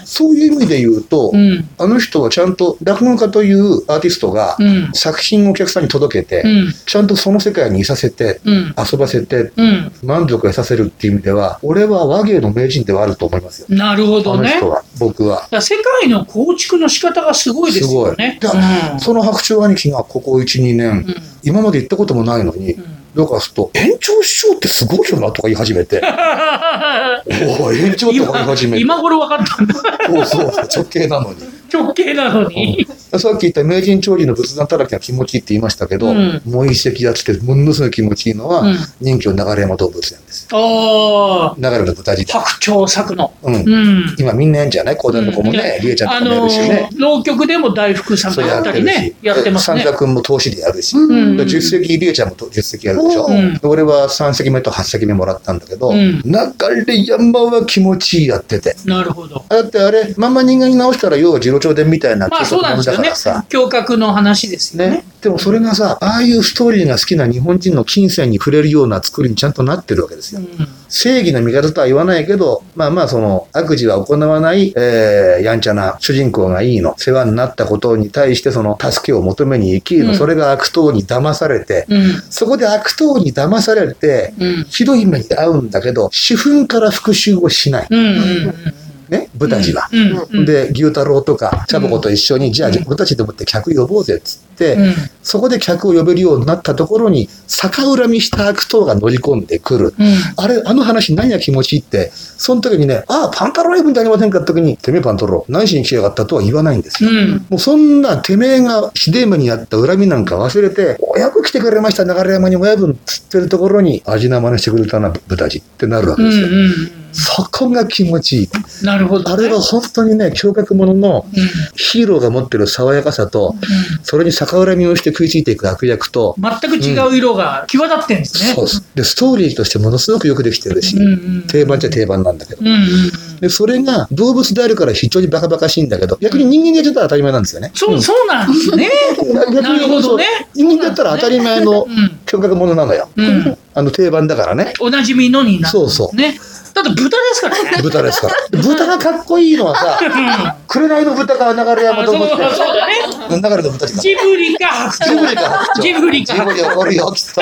[SPEAKER 4] そういう意味で言うと、
[SPEAKER 1] うん。
[SPEAKER 4] あの人はちゃんと落語家というアーティストが
[SPEAKER 1] う、ん。
[SPEAKER 4] 作品をお客さんに届けて、
[SPEAKER 1] うん。
[SPEAKER 4] ちゃんとその世界にいさせて、
[SPEAKER 1] うん。
[SPEAKER 4] 遊ばせて、
[SPEAKER 1] うん。
[SPEAKER 4] 満足させるっていう意味では、俺は和芸の名人ではあると思いますよ。
[SPEAKER 1] なるほ
[SPEAKER 4] あ
[SPEAKER 1] ど
[SPEAKER 4] の
[SPEAKER 1] ね。
[SPEAKER 4] 人は、僕は。
[SPEAKER 1] だから世界の構築の仕方がすごいですよね。
[SPEAKER 4] すごい
[SPEAKER 1] うん
[SPEAKER 4] その白鳥兄貴がここ1、2年、今まで行ったこともないのに、どうかすると、延長師匠ってすごいよなとか言い始 めて、おお、延長とか言い
[SPEAKER 1] 今
[SPEAKER 4] 始めて、
[SPEAKER 1] 今頃分かったんだ
[SPEAKER 4] そうそう、直径なのに。
[SPEAKER 1] 直径なのに。
[SPEAKER 4] さっき言った名人調理の仏壇たらきが気持ちいいって言いましたけど、
[SPEAKER 1] うん
[SPEAKER 4] もう一席やってて、ものすごい気持ちいいのは、
[SPEAKER 1] うん
[SPEAKER 4] 人気の流山動物園です。
[SPEAKER 1] ああ、
[SPEAKER 4] 流れの豚自体。
[SPEAKER 1] 白鳥作の。
[SPEAKER 4] うん。
[SPEAKER 1] うん。
[SPEAKER 4] 今みんなやんじゃない高田の子もね、りえちゃん
[SPEAKER 1] あ
[SPEAKER 4] とかもや
[SPEAKER 1] の
[SPEAKER 4] るしね。
[SPEAKER 1] ー、浪曲でも大福さん
[SPEAKER 4] そうや
[SPEAKER 1] だ
[SPEAKER 4] っ
[SPEAKER 1] った
[SPEAKER 4] て
[SPEAKER 1] り
[SPEAKER 4] る
[SPEAKER 1] ね
[SPEAKER 4] し、、
[SPEAKER 1] やってます
[SPEAKER 4] 三
[SPEAKER 1] ね。
[SPEAKER 4] 田君も投資でやるし、
[SPEAKER 2] うん
[SPEAKER 4] で10席、りえちゃんも10席やるでしょ、
[SPEAKER 1] うん
[SPEAKER 4] で俺は3席目と8席目もらったんだけど、
[SPEAKER 1] うん
[SPEAKER 4] 流れ山は気持ちいいやってて。
[SPEAKER 1] なるほど。
[SPEAKER 4] だってあれ、まんま人間に直したら、要は次郎長伝みたいな
[SPEAKER 1] まあそうなんです
[SPEAKER 4] だ
[SPEAKER 1] よ
[SPEAKER 4] か
[SPEAKER 1] ね
[SPEAKER 4] らさ。。
[SPEAKER 1] 胸郭の話ですよね。
[SPEAKER 4] ね、でもそれがさ、ああいうストーリーが好きな日本人の金銭に触れるような作りにちゃんとなってるわけで
[SPEAKER 1] う
[SPEAKER 4] すよ。
[SPEAKER 1] ん
[SPEAKER 4] 正義の味方とは言わないけど、まあまあその悪事は行わない、えー、やんちゃな主人公がいいの。世話になったことに対してその助けを求めに行きの、
[SPEAKER 1] うん
[SPEAKER 4] それが悪党に騙されて、
[SPEAKER 1] うん。
[SPEAKER 4] そこで悪党に騙されて、
[SPEAKER 1] うん。
[SPEAKER 4] ひどい目に遭うんだけど、主憤から復讐をしない。
[SPEAKER 1] うん。うん。
[SPEAKER 4] ね、舞台は。
[SPEAKER 1] うん。うん。
[SPEAKER 4] で、牛太郎とか、チャボコと一緒に、じゃあ俺たちでもって客呼ぼうぜっつって、
[SPEAKER 1] うん、
[SPEAKER 4] そこで客を呼べるようになったところに、逆恨みした悪党が乗り込んでくる。
[SPEAKER 1] うん。
[SPEAKER 4] あれ、あの話何が気持ちいいって、その時にね、ああ、パンタロー呼ぶんじゃありませんかって時に、てめえパンタロー、何しに来やがったとは言わないんですよ。
[SPEAKER 1] うん。
[SPEAKER 4] もうそんな、てめえがひでえ目にあった恨みなんか忘れて、親分来てくれました、流山に親分っつってるところに、味な真似してくれたな、豚じってなるわけ
[SPEAKER 1] うん。う
[SPEAKER 4] ですよ。
[SPEAKER 1] ん。
[SPEAKER 4] そこが気持ちいい。
[SPEAKER 1] なるほど。
[SPEAKER 4] あれは本当にね、胸郭ものの
[SPEAKER 1] うん。うん
[SPEAKER 4] ヒーローが持ってる爽やかさと、それに逆恨みをして食いついていく悪役と、
[SPEAKER 1] 全く違う色が際立ってんですね。
[SPEAKER 4] そうです。で、ストーリーとしてものすごくよくできてるし、
[SPEAKER 1] うんうん
[SPEAKER 4] 定番じゃ定番なんだけど。
[SPEAKER 1] うんうんうん
[SPEAKER 4] で、それが動物であるから非常にバカバカしいんだけど、逆に人間でやっちゃったら当たり前なんですよね。
[SPEAKER 1] そう、そうなんですね。
[SPEAKER 4] 逆に
[SPEAKER 1] なるほどね
[SPEAKER 4] そう人間だったら当たり前の
[SPEAKER 1] うん。
[SPEAKER 4] 感覚ものなのよ。
[SPEAKER 1] うん。
[SPEAKER 4] あの定番だからね。
[SPEAKER 1] おなじみのになる。
[SPEAKER 4] そうそう
[SPEAKER 1] ね。だって豚ですからね。
[SPEAKER 4] 豚ですから。豚がかっこいいのはさ、 紅の豚か流
[SPEAKER 1] あ
[SPEAKER 4] 山
[SPEAKER 1] そ
[SPEAKER 4] と
[SPEAKER 1] う
[SPEAKER 4] 思って、
[SPEAKER 1] そうだね。
[SPEAKER 4] 流れの豚しか。
[SPEAKER 1] ジブリか白鳥。
[SPEAKER 4] ジブリか白鳥
[SPEAKER 1] ジブリか
[SPEAKER 4] ジブリ怒るよ、きっと。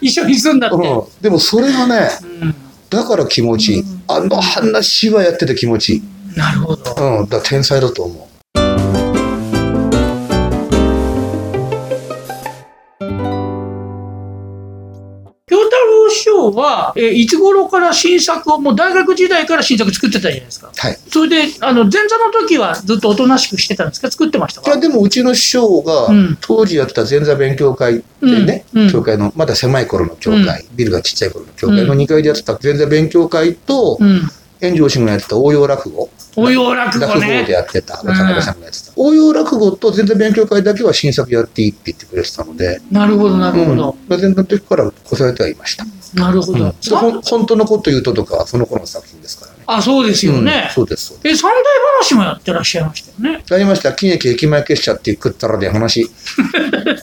[SPEAKER 1] 一緒に住んだって。
[SPEAKER 4] うん、でもそれがね、
[SPEAKER 1] うん
[SPEAKER 4] だから気持ちいい。あの話はやってて気持ちいい。
[SPEAKER 1] なるほど。
[SPEAKER 4] うん、だから天才だと思う。
[SPEAKER 1] 京太郎師匠は、えーいつ頃から新作を、もう大学時代から新作作ってたじゃないですか。
[SPEAKER 4] はい。
[SPEAKER 1] それで、あの、前座の時はずっとおとなしくしてたんですか作ってました
[SPEAKER 4] いや、
[SPEAKER 1] か
[SPEAKER 4] でもうちの師匠が
[SPEAKER 1] うん、
[SPEAKER 4] 当時やってた前座勉強会っていうね、
[SPEAKER 1] うんうん
[SPEAKER 4] 教会の、まだ狭い頃の教会、ビルがちっちゃい頃の教会の2階でやってた前座勉強会と
[SPEAKER 1] う、ん。
[SPEAKER 4] 炎上師がやってた応用落語、
[SPEAKER 1] 応用落
[SPEAKER 4] 落
[SPEAKER 1] 語
[SPEAKER 4] 語で
[SPEAKER 1] ね。
[SPEAKER 4] やってた、渡辺さんがやってた。応用落語と全然勉強会だけは新作やっていいって言ってくれてたので、
[SPEAKER 1] なるほど、なるほど。
[SPEAKER 4] うん、全然の時からこされてはいました。
[SPEAKER 1] なるほど。
[SPEAKER 4] それほん本当のこと言うととかはその頃の作品ですからね。
[SPEAKER 1] あ、そうですよね
[SPEAKER 4] うん。そうです、そうです。
[SPEAKER 1] え、三大話もやってらっしゃいましたよね。
[SPEAKER 4] やりました。金駅駅前結社っていうくったらで 話。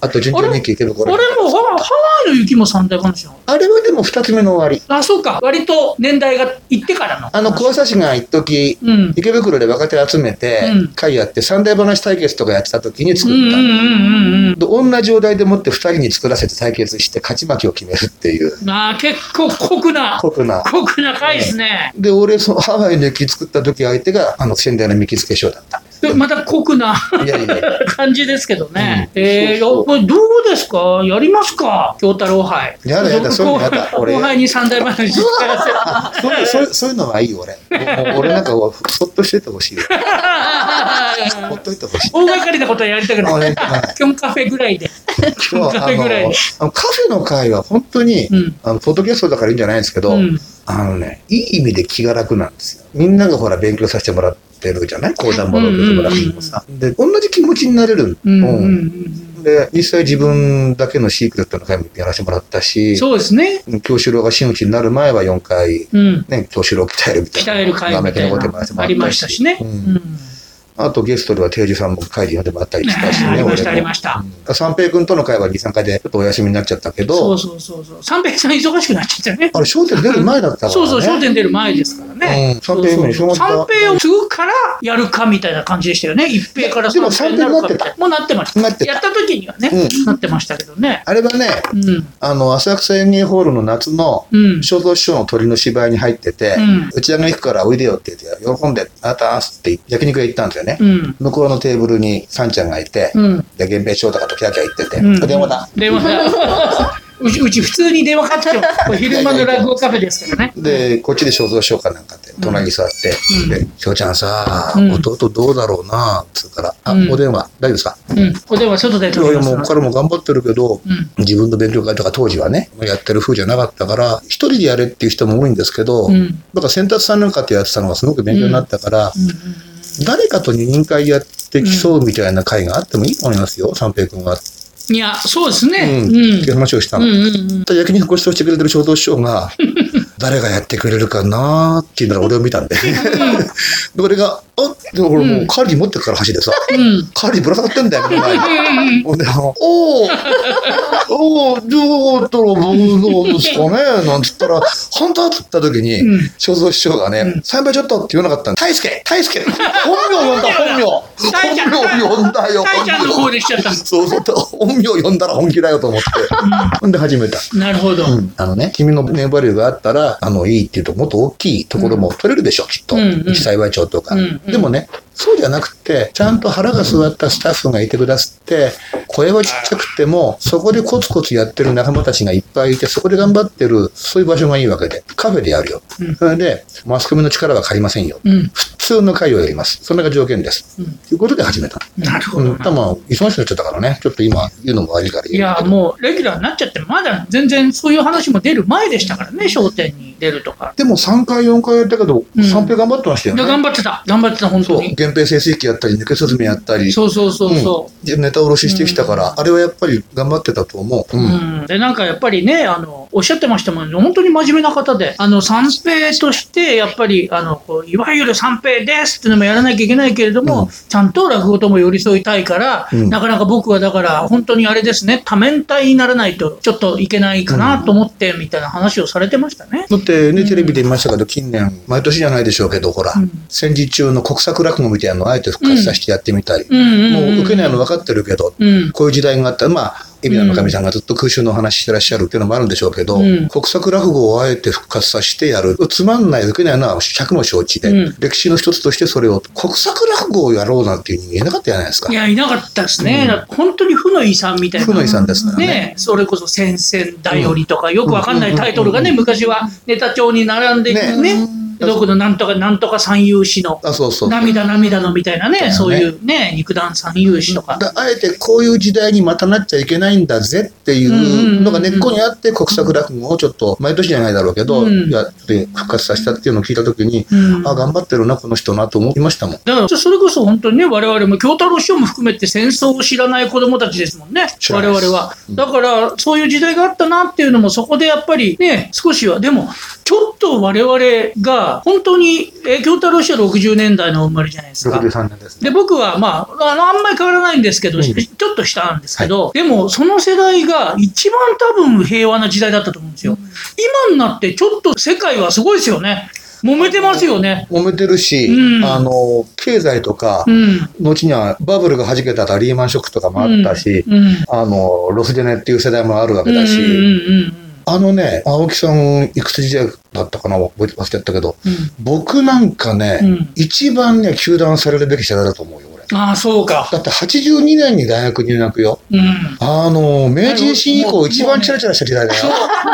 [SPEAKER 4] あと、順々に駅池
[SPEAKER 1] 俺
[SPEAKER 4] 袋。
[SPEAKER 1] もハワハワイの雪も三大話なの。
[SPEAKER 4] あれはでも二つ目の終わり。
[SPEAKER 1] あ、そうか。割と年代が行ってからの。
[SPEAKER 4] あの、小朝氏が一時
[SPEAKER 1] うん。
[SPEAKER 4] 池袋で若手集めて
[SPEAKER 1] うん、
[SPEAKER 4] 会やって三大話対決とかやってた時に
[SPEAKER 1] うん
[SPEAKER 4] 作
[SPEAKER 1] うん
[SPEAKER 4] った。
[SPEAKER 1] うんうん
[SPEAKER 4] で同じお題でもって二人に作らせて対決して勝ち負けを決めるっていう
[SPEAKER 1] うん。あー結構酷な、
[SPEAKER 4] 酷な。
[SPEAKER 1] 酷な回ですね。
[SPEAKER 4] で、俺、そのハワイの雪作った時相手が、あの、仙台の三木付賞だった。
[SPEAKER 1] でまた酷な
[SPEAKER 4] いやいやいや。
[SPEAKER 1] 感じですけどね。
[SPEAKER 4] うん
[SPEAKER 1] えー、
[SPEAKER 4] そうそう
[SPEAKER 1] これどうですかやりますか京太郎杯。
[SPEAKER 4] やだやだそういうのやだ
[SPEAKER 1] 後
[SPEAKER 4] 俺
[SPEAKER 1] 後輩に三大話聞かせる。
[SPEAKER 4] そういうそういうそういうのはいいよ、俺。もう俺なんか、ほっとしててほしいよ。ほっといて ほしい。
[SPEAKER 1] 大掛かりなことはやりたくない。
[SPEAKER 4] 俺はい
[SPEAKER 1] キョンカフェぐらいで。キョ
[SPEAKER 4] 今
[SPEAKER 1] ン
[SPEAKER 4] 日
[SPEAKER 1] カ
[SPEAKER 4] あ
[SPEAKER 1] フェぐらい
[SPEAKER 4] の
[SPEAKER 1] で。
[SPEAKER 4] あのカフェの会は本当に、
[SPEAKER 1] うん
[SPEAKER 4] あのポッドキャストだからいいんじゃないんですけど、
[SPEAKER 1] うん
[SPEAKER 4] あのねいい意味で気が楽なんですよみんながほら勉強させてもらってるじゃない講談も勉強してもらってもさ、で同じ気持ちになれる、
[SPEAKER 1] うんうんう
[SPEAKER 4] うん
[SPEAKER 1] ん
[SPEAKER 4] で実際自分だけのシークレットの会もやらせてもらった
[SPEAKER 1] う
[SPEAKER 4] し
[SPEAKER 1] ん。そうですね。
[SPEAKER 4] 京志郎が真打ちになる前は4回
[SPEAKER 1] うん。
[SPEAKER 4] ね京志郎を鍛えるみたいな
[SPEAKER 1] 鍛える会みたい
[SPEAKER 4] なめきのこともやらせて
[SPEAKER 1] な。あ
[SPEAKER 4] もらった
[SPEAKER 1] りましたしね。
[SPEAKER 4] う
[SPEAKER 1] うんん。
[SPEAKER 4] あとゲストでは定時さんも会議呼んでもらったりしたし ね、
[SPEAKER 1] ありまし
[SPEAKER 4] 俺も
[SPEAKER 1] た、ありました。
[SPEAKER 4] うん三平君との会は2、3回でちょっとお休みになっちゃったけ
[SPEAKER 1] そ
[SPEAKER 4] ど
[SPEAKER 1] う、そうそうそう。三平さん忙しくなっちゃったよね。
[SPEAKER 4] あれ、焦点出る前だったからね。
[SPEAKER 1] そうそう、焦点出る前ですからね
[SPEAKER 4] うん。三平今に
[SPEAKER 1] そうそう
[SPEAKER 4] 正面
[SPEAKER 1] 三平を継ぐからやるかみたいな感じでしたよね。一平から
[SPEAKER 4] でも
[SPEAKER 1] 三平になるかみたいな。もうなってま
[SPEAKER 4] な
[SPEAKER 1] した。
[SPEAKER 4] ってた
[SPEAKER 1] やった時にはね、
[SPEAKER 4] う
[SPEAKER 1] なってましたけどね。
[SPEAKER 4] あれはね、
[SPEAKER 1] うん。
[SPEAKER 4] あの、浅草演芸ホールの夏の、
[SPEAKER 1] うん。
[SPEAKER 4] 肖像師匠の鳥の芝居に入ってて、
[SPEAKER 1] うん
[SPEAKER 4] 打ち上げ行くからおいでよって言って、喜んで、あなたあすって焼肉屋行ったんですよね。
[SPEAKER 1] うん。
[SPEAKER 4] 向こうのテーブルにさんちゃんがいて、
[SPEAKER 1] うん。
[SPEAKER 4] で、源平翔太がとキャーキャー言ってて、
[SPEAKER 1] うん
[SPEAKER 4] 電話だ。
[SPEAKER 1] 電話だ。 うち、うち普通に電話かかっちゃう。これ昼間の落語カフェですからね。
[SPEAKER 4] で、こっちで肖像師匠かなんかって、隣に座って、
[SPEAKER 1] うん
[SPEAKER 4] で、翔ちゃんさ、
[SPEAKER 1] うん
[SPEAKER 4] 弟どうだろうな、つうから、あ、
[SPEAKER 1] うん
[SPEAKER 4] お電話、大丈夫ですか
[SPEAKER 1] うん。お電話外で
[SPEAKER 4] いや
[SPEAKER 1] 取
[SPEAKER 4] い
[SPEAKER 1] り
[SPEAKER 4] や
[SPEAKER 1] ま
[SPEAKER 4] もう
[SPEAKER 1] す。
[SPEAKER 4] 彼も頑張ってるけど、
[SPEAKER 1] うん。
[SPEAKER 4] 自分の勉強会とか当時はね、やってる風じゃなかったから、一人でやれっていう人も多いんですけど、
[SPEAKER 1] うん。うん。
[SPEAKER 4] だから先達さんなんかってやってたのがすごく勉強になったから、誰かと二人会やって競うみたいな会があってもいいと思いますよ、三平君
[SPEAKER 1] う
[SPEAKER 4] は。
[SPEAKER 1] んいや、そうです
[SPEAKER 4] う
[SPEAKER 1] ね。
[SPEAKER 4] ん。
[SPEAKER 1] う
[SPEAKER 4] っ
[SPEAKER 1] ん。うん
[SPEAKER 4] ていう話をした
[SPEAKER 1] う
[SPEAKER 4] の。
[SPEAKER 1] んうん。
[SPEAKER 4] 焼肉ご馳走してくれてる衝動師匠 が、誰がやってくれるかなーって言うなら俺を見たんで。で、俺が、あでも俺もうカーリー持ってくから箸でさ、
[SPEAKER 1] うん。
[SPEAKER 4] カーリーぶら下がってんだよ、みたいな。
[SPEAKER 1] うん
[SPEAKER 4] ほんで、あの、おーおーどうとら僕どうですかねなんつったら、本当だって言った時に、
[SPEAKER 1] うん
[SPEAKER 4] 正蔵師匠がね、三杯ちょっとって言わなかったんで、大輔大輔本名呼んだ、本名
[SPEAKER 1] 大ちゃん
[SPEAKER 4] 本名呼んだよ、
[SPEAKER 1] タイちゃんの方でしちゃった。
[SPEAKER 4] そうそう、本名呼んだら本気だよと思って。ほんで始めた。
[SPEAKER 1] なるほど。
[SPEAKER 4] うんあのね、君のネームバリューがあったら、あの、いいっていうと、もっと大きいところも取れるでしょ、きっと。
[SPEAKER 1] うんうん
[SPEAKER 4] 幸い町とか、
[SPEAKER 1] うんうん
[SPEAKER 4] でもね、そうじゃなくて、ちゃんと腹が据わったスタッフがいてくださって、声はちっちゃくても、そこでコツコツやってる仲間たちがいっぱいいて、そこで頑張ってる、そういう場所がいいわけで、カフェでやるよ。
[SPEAKER 1] うん
[SPEAKER 4] それで、マスコミの力は借りませんよ。
[SPEAKER 1] うん。
[SPEAKER 4] 普通の会をやります。それが条件です。
[SPEAKER 1] うん
[SPEAKER 4] ということで始めた。
[SPEAKER 1] なるほ
[SPEAKER 4] う
[SPEAKER 1] ど
[SPEAKER 4] ん、た
[SPEAKER 1] な。
[SPEAKER 4] まあ、忙しくなっちゃったからね、ちょっと今言うのも悪いから
[SPEAKER 1] い
[SPEAKER 4] 言う
[SPEAKER 1] や、もうレギュラーになっちゃって、まだ全然そういう話も出る前でしたからね、商店に出るとか。
[SPEAKER 4] でも3回、4回やったけど、
[SPEAKER 1] うん
[SPEAKER 4] 三平頑張ってましたよ
[SPEAKER 1] で
[SPEAKER 4] ね。
[SPEAKER 1] 頑張ってた。頑張ってた、本
[SPEAKER 4] そう
[SPEAKER 1] 当、に。
[SPEAKER 4] 源平成績やったり、抜け雀やったり、
[SPEAKER 1] そうそうそうそう。
[SPEAKER 4] でネタ下ろししてきたから、あれはやっぱり頑張ってたと思う。うん
[SPEAKER 1] うん、でなんかやっぱりねあのおっしゃってましたもんね本当に真面目な方であの三平としてやっぱりあのこういわゆる三平ですってのもやらなきゃいけないけれども、
[SPEAKER 4] うん
[SPEAKER 1] ちゃんと落語とも寄り添いたいから、
[SPEAKER 4] うん
[SPEAKER 1] なかなか僕はだから本当にあれですね多面体にならないとちょっといけないかなと思ってみたいな話をされてましたね。
[SPEAKER 4] だってね、テレビで見ましたけど、近年、毎年じゃないでしょうけど、ほら、
[SPEAKER 1] うん
[SPEAKER 4] 戦時中の国策落語みたいなのをあえて復活させてやってみたり、
[SPEAKER 1] うんうん
[SPEAKER 4] も
[SPEAKER 1] うん
[SPEAKER 4] う受けないの分かってるけど、
[SPEAKER 1] うん
[SPEAKER 4] こういう時代があった。まあ、海老名の神さんがずっと空襲のお話ししてらっしゃるっていうのもあるんでしょうけど、
[SPEAKER 1] うん
[SPEAKER 4] 国策落語をあえて復活させてやる。つまんない、受けないのは尺も承知で、
[SPEAKER 1] うん
[SPEAKER 4] 歴史の一つとしてそれを、国策落語をやろうなんていう人間いなかったじゃないですか
[SPEAKER 1] い。やいなかったですね、だって本当に負の遺産みたいな
[SPEAKER 4] 負の遺産ですからね
[SPEAKER 1] ね、それこそ「戦線だより」とかよくわかんないタイトルがね、昔はネタ帳に並んでね、
[SPEAKER 4] ね
[SPEAKER 1] どこのなんとか、なんとか三遊詩の、
[SPEAKER 4] あ、そうそう。
[SPEAKER 1] 涙涙のみたいなね、
[SPEAKER 4] そ
[SPEAKER 1] そうう
[SPEAKER 4] だよ
[SPEAKER 1] い
[SPEAKER 4] ね
[SPEAKER 1] うね、肉弾三遊詩とか。
[SPEAKER 4] だあえてこういう時代にまたなっちゃいけないんだぜってい
[SPEAKER 1] んうんうんう
[SPEAKER 4] うんのが根っこにあって国策落語をちょっと毎年じゃないだろうけど、
[SPEAKER 1] うん
[SPEAKER 4] やって復活させたっていうのを聞いた時に、
[SPEAKER 1] うん
[SPEAKER 4] あ頑張ってるなこの人なと思いましたもん
[SPEAKER 1] だからそれこそ本当にね我々も京太郎師匠も含めて戦争を知らない子どもたちですもんね
[SPEAKER 4] 知ら
[SPEAKER 1] 我
[SPEAKER 4] ない
[SPEAKER 1] 々
[SPEAKER 4] です
[SPEAKER 1] は
[SPEAKER 4] うん
[SPEAKER 1] だからそういう時代があったなっていうのもそこでやっぱりね少しはでもちょっと我々が本当にえー京太郎師匠は60年代のお生まれじゃないですか。
[SPEAKER 4] 63年です
[SPEAKER 1] で
[SPEAKER 4] ね
[SPEAKER 1] 僕は、まあ、あのあんまり変わらないんですけど、
[SPEAKER 4] うん
[SPEAKER 1] ちょっと下なんですけど、でもその世代が一番多分平和な時代だったと思うんですよ。今になってちょっと世界はすごいですよね。揉めてますよね。
[SPEAKER 4] 揉めてるし、
[SPEAKER 1] うん
[SPEAKER 4] あの経済とか、
[SPEAKER 1] うん。
[SPEAKER 4] 後にはバブルが弾けたらリーマンショックとかもあったし、
[SPEAKER 1] うんうん
[SPEAKER 4] あのロスジェネっていう世代もあるわけだし、
[SPEAKER 1] うんうんうん
[SPEAKER 4] あのね青木さんいくつ時代だったかな覚えて忘れちゃったけど
[SPEAKER 1] うん
[SPEAKER 4] 僕なんかね、
[SPEAKER 1] うん
[SPEAKER 4] 一番ね、糾弾されるべき世代だと思うよ、俺。
[SPEAKER 1] うん、ああそうか、
[SPEAKER 4] だって82年に大学入学よ。
[SPEAKER 1] うん、もうね
[SPEAKER 4] あの、明治維新以
[SPEAKER 1] もうも
[SPEAKER 4] 降
[SPEAKER 1] う
[SPEAKER 4] 一番チラチラした時代だよ。
[SPEAKER 1] バブ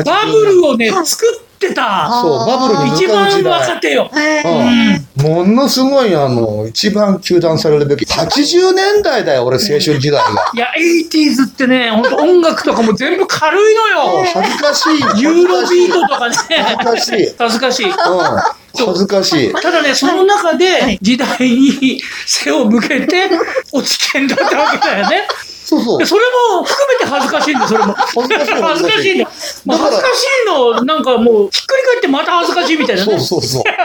[SPEAKER 1] ルバブルをね作ってた
[SPEAKER 4] そう、バブルに向
[SPEAKER 1] 一
[SPEAKER 4] かう時
[SPEAKER 1] 番若
[SPEAKER 4] 代。
[SPEAKER 1] 手よ、
[SPEAKER 2] へ
[SPEAKER 4] う
[SPEAKER 2] ー
[SPEAKER 1] うん
[SPEAKER 4] ものすごい、あの、一番糾弾されるべき。80年代だよ、俺、青春時代が。
[SPEAKER 1] いや 80s ってね本当音楽とかも全部軽いの
[SPEAKER 4] そう
[SPEAKER 1] よ
[SPEAKER 4] 恥ずかしい。
[SPEAKER 1] ユーロビートとかね
[SPEAKER 4] 恥ずかしい。
[SPEAKER 1] 恥ずかしい
[SPEAKER 4] うん。恥ずかしい。
[SPEAKER 1] ただねその中
[SPEAKER 2] は
[SPEAKER 1] で
[SPEAKER 2] い
[SPEAKER 1] 時代に背を向けて落ちてんだったわけだよね
[SPEAKER 4] そうそう
[SPEAKER 1] で。それも含めて恥ずかしいんだよそれも
[SPEAKER 4] 恥ずかしい
[SPEAKER 1] 恥ずかしいんだよもう
[SPEAKER 4] だか
[SPEAKER 1] 恥
[SPEAKER 4] ら
[SPEAKER 1] ずかしいのなんかもうひっくり返ってまた恥ずかしいみたいな
[SPEAKER 4] そう
[SPEAKER 1] ね
[SPEAKER 4] そうそう。だ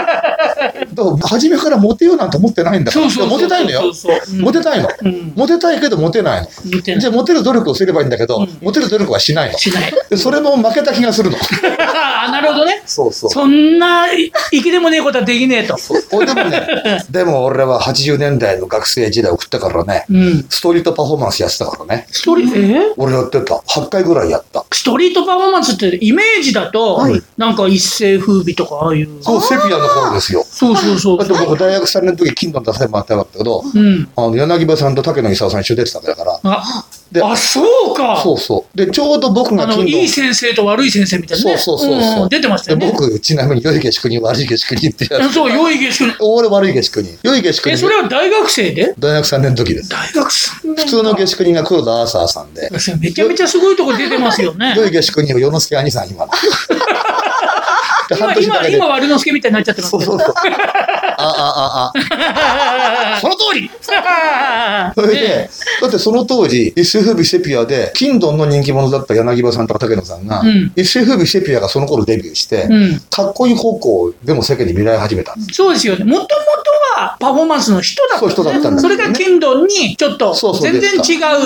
[SPEAKER 4] から、初めからモテようなんて思ってないんだから。モテたいのよ。
[SPEAKER 1] そうそう
[SPEAKER 4] モテたいの。
[SPEAKER 1] うん
[SPEAKER 4] モテたいけどモテないの。
[SPEAKER 1] 似てな
[SPEAKER 4] じ
[SPEAKER 1] い
[SPEAKER 4] ゃあモテる努力をすればいいんだけど、
[SPEAKER 1] うん
[SPEAKER 4] モテる努力はしないの。
[SPEAKER 1] しない
[SPEAKER 4] でそれも負けた気がするの。
[SPEAKER 1] あなるほどね
[SPEAKER 4] そうそ
[SPEAKER 1] そんな生きでもねえことはできねえと
[SPEAKER 4] う。でもね、でも俺は80年代の学生時代送ったからね、
[SPEAKER 1] うん
[SPEAKER 4] ストリートパフォーマンスやってたからね。
[SPEAKER 1] ストリえ
[SPEAKER 4] 俺やってた。8回ぐらいやった。
[SPEAKER 1] ストリートパフォーマンスってイメージだと、
[SPEAKER 4] はい
[SPEAKER 1] なんか一世風靡とかああいう
[SPEAKER 4] そう、セピアの頃ですよ。
[SPEAKER 1] そうそうそう
[SPEAKER 4] だって僕大学3年の時、金の出せもらってなかったけど、
[SPEAKER 1] うん
[SPEAKER 4] あの、柳葉さんと竹野勲さん一緒に出てたわけだから。
[SPEAKER 1] あ
[SPEAKER 4] で
[SPEAKER 1] あそうか
[SPEAKER 4] そうそう。で、ちょうど僕
[SPEAKER 1] あ
[SPEAKER 4] が
[SPEAKER 1] の
[SPEAKER 4] 金
[SPEAKER 1] いい
[SPEAKER 4] の。
[SPEAKER 1] 先生と悪い先生みたいなね
[SPEAKER 4] そうそうそうそうん
[SPEAKER 1] 出てました
[SPEAKER 4] で、
[SPEAKER 1] よね
[SPEAKER 4] 僕、ちなみに良い下宿人、悪い下宿人ってや
[SPEAKER 1] うん
[SPEAKER 4] つ。
[SPEAKER 1] そう良い下宿
[SPEAKER 4] 俺悪い下宿人。良い下宿
[SPEAKER 1] え
[SPEAKER 4] 人
[SPEAKER 1] そ。れは大学生で
[SPEAKER 4] 大学3年の時です。
[SPEAKER 1] 大学生
[SPEAKER 4] 普通の下宿人が黒田アーサーさんで、
[SPEAKER 1] 宿めちゃめちゃすごいとこ出てますよね
[SPEAKER 4] 良い下宿人を世之助兄さ ん、今の。で
[SPEAKER 1] 今
[SPEAKER 4] 半年だ
[SPEAKER 1] 今
[SPEAKER 4] けで
[SPEAKER 1] 今。悪之助みたいになっちゃってます
[SPEAKER 4] そう
[SPEAKER 1] け
[SPEAKER 4] そ
[SPEAKER 1] ど
[SPEAKER 4] う そう。あ、あ、あ、あ。その通りそれで、だってその当時、一世風靡セピアで、金ドンの人気者だった柳葉さんとか竹野さんが、
[SPEAKER 1] うん
[SPEAKER 4] 一世風靡セピアがその頃デビューして、
[SPEAKER 1] うん
[SPEAKER 4] かっこいい方向でも世間に見られ始めた。
[SPEAKER 1] そうですよね。もともとはパフォーマンスの人だった,、ね
[SPEAKER 4] そう人だったんだ
[SPEAKER 1] それが剣道にちょっと
[SPEAKER 4] そうそう
[SPEAKER 1] 全然違う、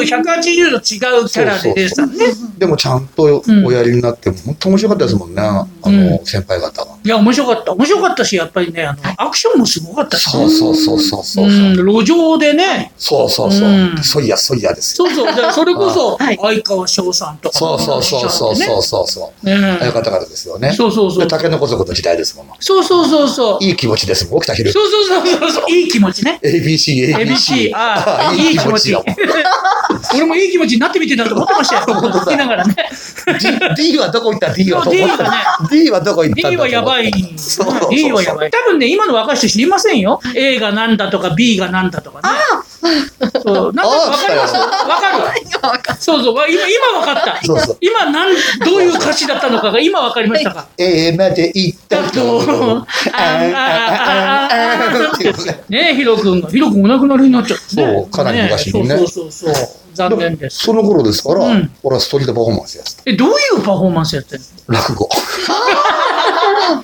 [SPEAKER 1] 180度違うキャラで出てたのね。
[SPEAKER 4] でもちゃんと
[SPEAKER 1] うん
[SPEAKER 4] おやりになって、本当面白かったですもんね、あの、先輩方は。
[SPEAKER 1] いや、面白かった。面白かったし、やっぱりね、あの、アクションもすごかったし、
[SPEAKER 4] そうそうそうそうそうう。
[SPEAKER 1] ん、路上でね、
[SPEAKER 4] そうそうそうう。
[SPEAKER 1] ん
[SPEAKER 4] そいや、そいやですよ
[SPEAKER 1] そうそう、だ からそれこそ、
[SPEAKER 2] はい
[SPEAKER 1] 相川翔さんとか、
[SPEAKER 4] そうそうそうそう
[SPEAKER 1] ね
[SPEAKER 4] そうそうそう。
[SPEAKER 1] うん
[SPEAKER 4] ああいう方々ですよね。
[SPEAKER 1] そうそうそう
[SPEAKER 4] で竹の子族の時代ですもの。
[SPEAKER 1] そうそうそうそう。
[SPEAKER 4] いい気持ちですもん、沖田
[SPEAKER 1] そう
[SPEAKER 4] 博。
[SPEAKER 1] そうそうそうそう。いい気持ちね。
[SPEAKER 4] ABC、ABC
[SPEAKER 1] ABC、。ああ、
[SPEAKER 4] ー
[SPEAKER 1] いい気持ち
[SPEAKER 4] だもん。。
[SPEAKER 1] 俺もいい気持ちになってみてたと思ってま したよ。聞きながらね。
[SPEAKER 4] D はどこ行った ?D はどこ行っ
[SPEAKER 1] そう D は
[SPEAKER 4] た ?D はどこ行ったん
[SPEAKER 1] D
[SPEAKER 4] だ
[SPEAKER 1] はやばい。
[SPEAKER 4] そうそうそう
[SPEAKER 1] D はやばい。多分ね、今の若い人知りませんよ。A がなんだとか B がなんだとかね。そう、なん
[SPEAKER 4] あ
[SPEAKER 1] か
[SPEAKER 4] ー
[SPEAKER 1] わかりますわかる。そうそう、わ今、今わかった。
[SPEAKER 4] そうそう
[SPEAKER 1] 今、なん、どういう歌詞だったのかが今わかりましたか。
[SPEAKER 4] A まで行ったと。あんあんあんあん あんっていうね
[SPEAKER 1] ねえ、ヒロ君が。ヒロ君お亡くなりになっちゃった、ね。
[SPEAKER 4] そうかなり昔にね
[SPEAKER 1] そうそうそうそう。残念です。
[SPEAKER 4] その頃ですから
[SPEAKER 1] うん、
[SPEAKER 4] 俺はストリートパフォーマンスやってた
[SPEAKER 1] え、どういうパフォーマンスやってるの
[SPEAKER 4] 落語。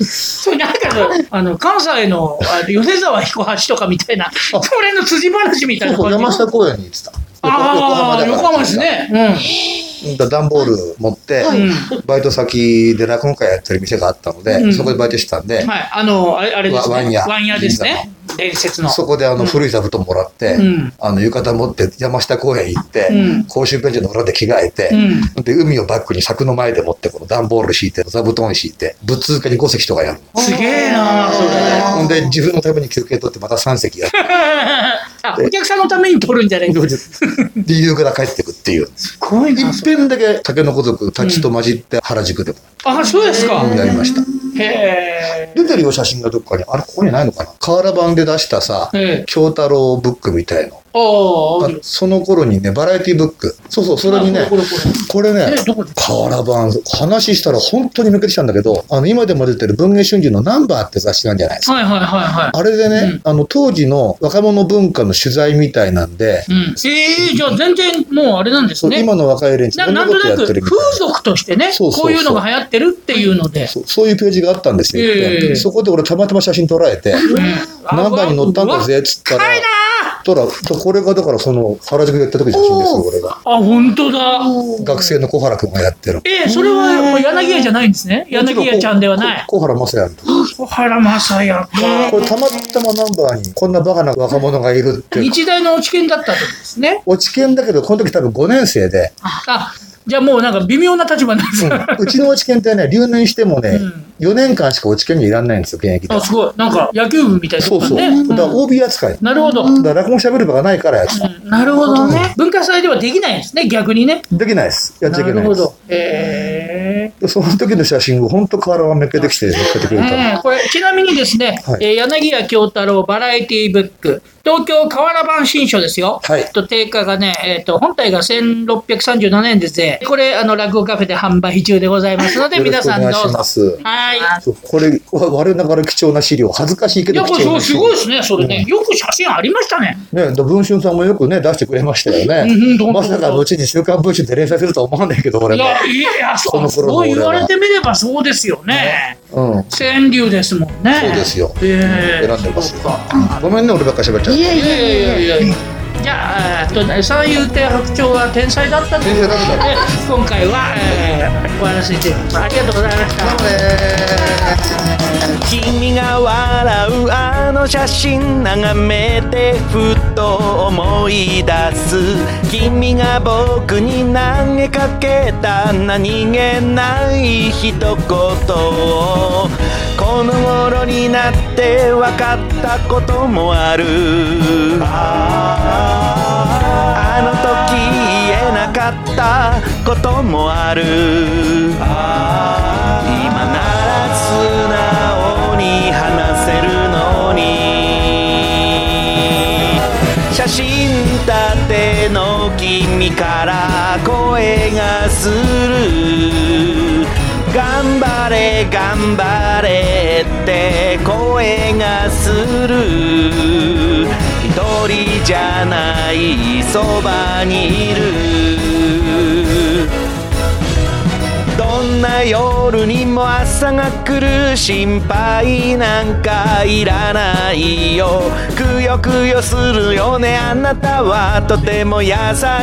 [SPEAKER 1] それなんかの、あ の、関西の、あの米沢彦八とかみたいな、それの辻話みたいな
[SPEAKER 4] そうそう
[SPEAKER 1] 感
[SPEAKER 4] 山
[SPEAKER 1] じ。
[SPEAKER 4] 下公園に行ってた。
[SPEAKER 1] ああ、
[SPEAKER 4] だから
[SPEAKER 1] 横浜です。ね。
[SPEAKER 4] うんだから段ボール持って、
[SPEAKER 1] うん。うん
[SPEAKER 4] バイト先で落語会やってる店があったので、
[SPEAKER 1] うん
[SPEAKER 4] そこでバイトしてたんで、
[SPEAKER 1] はい、あの、あれあれですね。
[SPEAKER 4] ワワンヤ
[SPEAKER 1] ワンヤですね。伝説の。
[SPEAKER 4] そこであの古い座布団もらって、
[SPEAKER 1] うん
[SPEAKER 4] あの浴衣持って山下公園行って、
[SPEAKER 1] うん
[SPEAKER 4] 公衆便所の裏で着替えて、
[SPEAKER 1] う
[SPEAKER 4] で海をバックに柵の前で持ってこの段ボール敷いて座布団敷いてぶっ続けに5席とかやるの。
[SPEAKER 1] すげえなそれ。
[SPEAKER 4] ほんで自分のために休憩取ってまた3席やる
[SPEAKER 1] あ、お客さんのために撮るんじゃないす
[SPEAKER 4] で夕方帰ってくっていう
[SPEAKER 1] ごい
[SPEAKER 4] い
[SPEAKER 1] な
[SPEAKER 4] っぺんだけ竹の子族たちと混じって原宿でも
[SPEAKER 1] あ、そうですか。
[SPEAKER 4] やりました、
[SPEAKER 1] へ
[SPEAKER 4] 出てるよ、写真がどっかに。あれ、ここにないのかな瓦版で出したさ、
[SPEAKER 1] え。ええ。
[SPEAKER 4] 京太郎ブックみたいの。
[SPEAKER 1] ああ、
[SPEAKER 4] あその頃にね、バラエティブック。そうそう、それにね
[SPEAKER 1] あ、これこれこ
[SPEAKER 4] これ
[SPEAKER 1] れ。
[SPEAKER 4] ね
[SPEAKER 1] え、、どこで
[SPEAKER 4] 瓦版、話したら本当に抜けてきたんだけど、あの、今でも出てる文藝春秋のナンバーって雑誌なんじゃないですか。
[SPEAKER 1] はいはいはいは
[SPEAKER 4] あれでね、あの、当時の若者文化の取材みたいなんで、
[SPEAKER 1] い。うん。ええじゃあ全然もうあれなんです
[SPEAKER 4] そう
[SPEAKER 1] ね。
[SPEAKER 4] 今の若い連中、
[SPEAKER 1] な
[SPEAKER 4] こん
[SPEAKER 1] な
[SPEAKER 4] なん
[SPEAKER 1] と
[SPEAKER 4] ことや
[SPEAKER 1] な
[SPEAKER 4] っ
[SPEAKER 1] く
[SPEAKER 4] てるみたいな
[SPEAKER 1] 風俗としてね、
[SPEAKER 4] そうそうそう
[SPEAKER 1] こういうのが流行ってるっていうので。
[SPEAKER 4] そうそういうページがあったんですよ、
[SPEAKER 1] ええ
[SPEAKER 4] そこで俺たまたま写真撮 られて
[SPEAKER 1] うん
[SPEAKER 4] 「ナンバーに乗ったんだ。ぜ」っつったら
[SPEAKER 1] 深いな
[SPEAKER 4] たらこれがだからその原宿でやった時の写真ですよ
[SPEAKER 2] おー
[SPEAKER 4] 俺が
[SPEAKER 1] あ、本当だ。
[SPEAKER 4] 学生の小原君がやってる
[SPEAKER 1] ええそれはもう柳家じゃないんですね。柳家ちゃんではない。
[SPEAKER 4] 小小原正也の
[SPEAKER 1] 小原正也か。
[SPEAKER 4] これたまたまナンバーにこんなバカな若者がいるっていう
[SPEAKER 1] 日大の落研だったんですね。
[SPEAKER 4] 落研だけどこの時多分5年生で、
[SPEAKER 1] あ、じゃあもうなんか微妙な立場なんです
[SPEAKER 4] う
[SPEAKER 1] ね。
[SPEAKER 4] んうちの落研ってね留年してもね、
[SPEAKER 1] うん
[SPEAKER 4] 4年間しか落研にいらんないんですよ現役 で
[SPEAKER 1] あ、すごい。なんか野球部みたいな
[SPEAKER 4] そうそう
[SPEAKER 1] ね。ん
[SPEAKER 4] だから OB 扱い
[SPEAKER 1] なるほど。
[SPEAKER 4] だから落語喋る場がないからやつ
[SPEAKER 1] うんなるほどね。文化祭ではできないんですね、逆にね。
[SPEAKER 4] できないですやっちゃい
[SPEAKER 1] な
[SPEAKER 4] け
[SPEAKER 1] る
[SPEAKER 4] ない
[SPEAKER 1] ほ
[SPEAKER 4] です
[SPEAKER 1] ど。え
[SPEAKER 4] でその時の写真を本当瓦がめくれてきて載っけてく
[SPEAKER 1] え
[SPEAKER 4] れた。
[SPEAKER 1] これ、ちなみにですね、
[SPEAKER 4] はい
[SPEAKER 1] えー柳家京太郎バラエティブック、東京河原版新書ですよ。
[SPEAKER 4] はい
[SPEAKER 1] えっと、定価がね、えっと、本体が1637円ですね。これ、あの、落語カフェで販売中でございますので、
[SPEAKER 4] よろ
[SPEAKER 1] 皆
[SPEAKER 4] しくお
[SPEAKER 1] さん
[SPEAKER 4] 願い
[SPEAKER 1] ど
[SPEAKER 4] し
[SPEAKER 1] うぞ
[SPEAKER 4] ま。す。
[SPEAKER 1] はい。
[SPEAKER 4] そうこれわ我ながら貴重な資料恥ずかしいけ
[SPEAKER 1] いや、
[SPEAKER 4] ど
[SPEAKER 1] こ
[SPEAKER 4] 貴
[SPEAKER 1] れ、そう
[SPEAKER 4] 重な
[SPEAKER 1] す
[SPEAKER 4] 資
[SPEAKER 1] ごい
[SPEAKER 4] 料
[SPEAKER 1] ですね、それね。よく写真ありましたね。
[SPEAKER 4] ねだ文春さんもよくね出してくれましたよ
[SPEAKER 1] うんうん
[SPEAKER 4] ね
[SPEAKER 1] どうぞ
[SPEAKER 4] まさか後に「週刊文春」で連載するとは思わないけど俺
[SPEAKER 1] い
[SPEAKER 4] も、
[SPEAKER 1] や、いや、そ
[SPEAKER 4] この
[SPEAKER 1] う、
[SPEAKER 4] 頃の
[SPEAKER 1] そう
[SPEAKER 4] 俺は
[SPEAKER 1] 言われてみればそうですよね。
[SPEAKER 4] うん、
[SPEAKER 1] 川柳ですもんね。
[SPEAKER 4] そうですよ
[SPEAKER 1] ええ
[SPEAKER 4] 選んでます
[SPEAKER 1] そ
[SPEAKER 4] よ
[SPEAKER 1] うか
[SPEAKER 4] ごめんね俺ばっか喋っちゃっ
[SPEAKER 2] いえい
[SPEAKER 4] て
[SPEAKER 1] いやいやい
[SPEAKER 2] えいえ。
[SPEAKER 1] やいや。じゃあ、えっと、三遊亭白鳥は天才だったという
[SPEAKER 4] 天才だった
[SPEAKER 1] で、今回は、えー、お話しして、ありがとうございました。
[SPEAKER 3] 君が笑うあの写真眺めてふっと思い出す君が僕に投げかけた何気ない一言をこの頃になって分かったこともあるあの時言えなかったこともある今なら素直に話せるのに写真立ての君から声がする頑張れ頑張れって声がする一人じゃないそばにいるどんな夜にも朝が来る心配なんかいらないよくよくよするよねあなたはとても優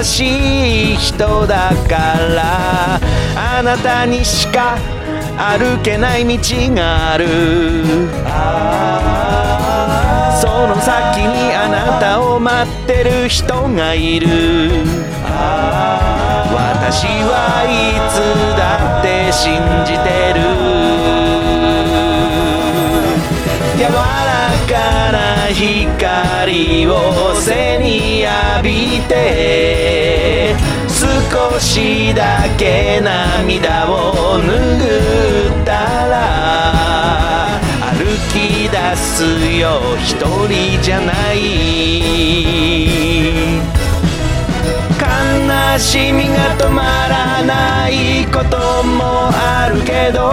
[SPEAKER 3] しい人だからあなたにしか歩けない道があるその先にあなたを待ってる人がいる私はいつだって信じてる柔らかな光を背に浴びて少しだけ涙を拭ったら歩き出すよ一人じゃない悲しみが止まらないこともあるけど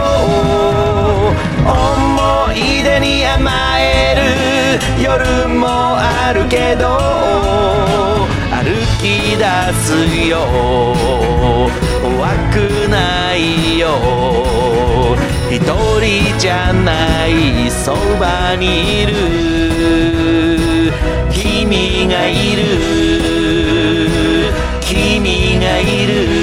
[SPEAKER 3] 思い出に甘える夜もあるけど歩き出すよ怖くないよ一人じゃないそばにいる君がいる君がいる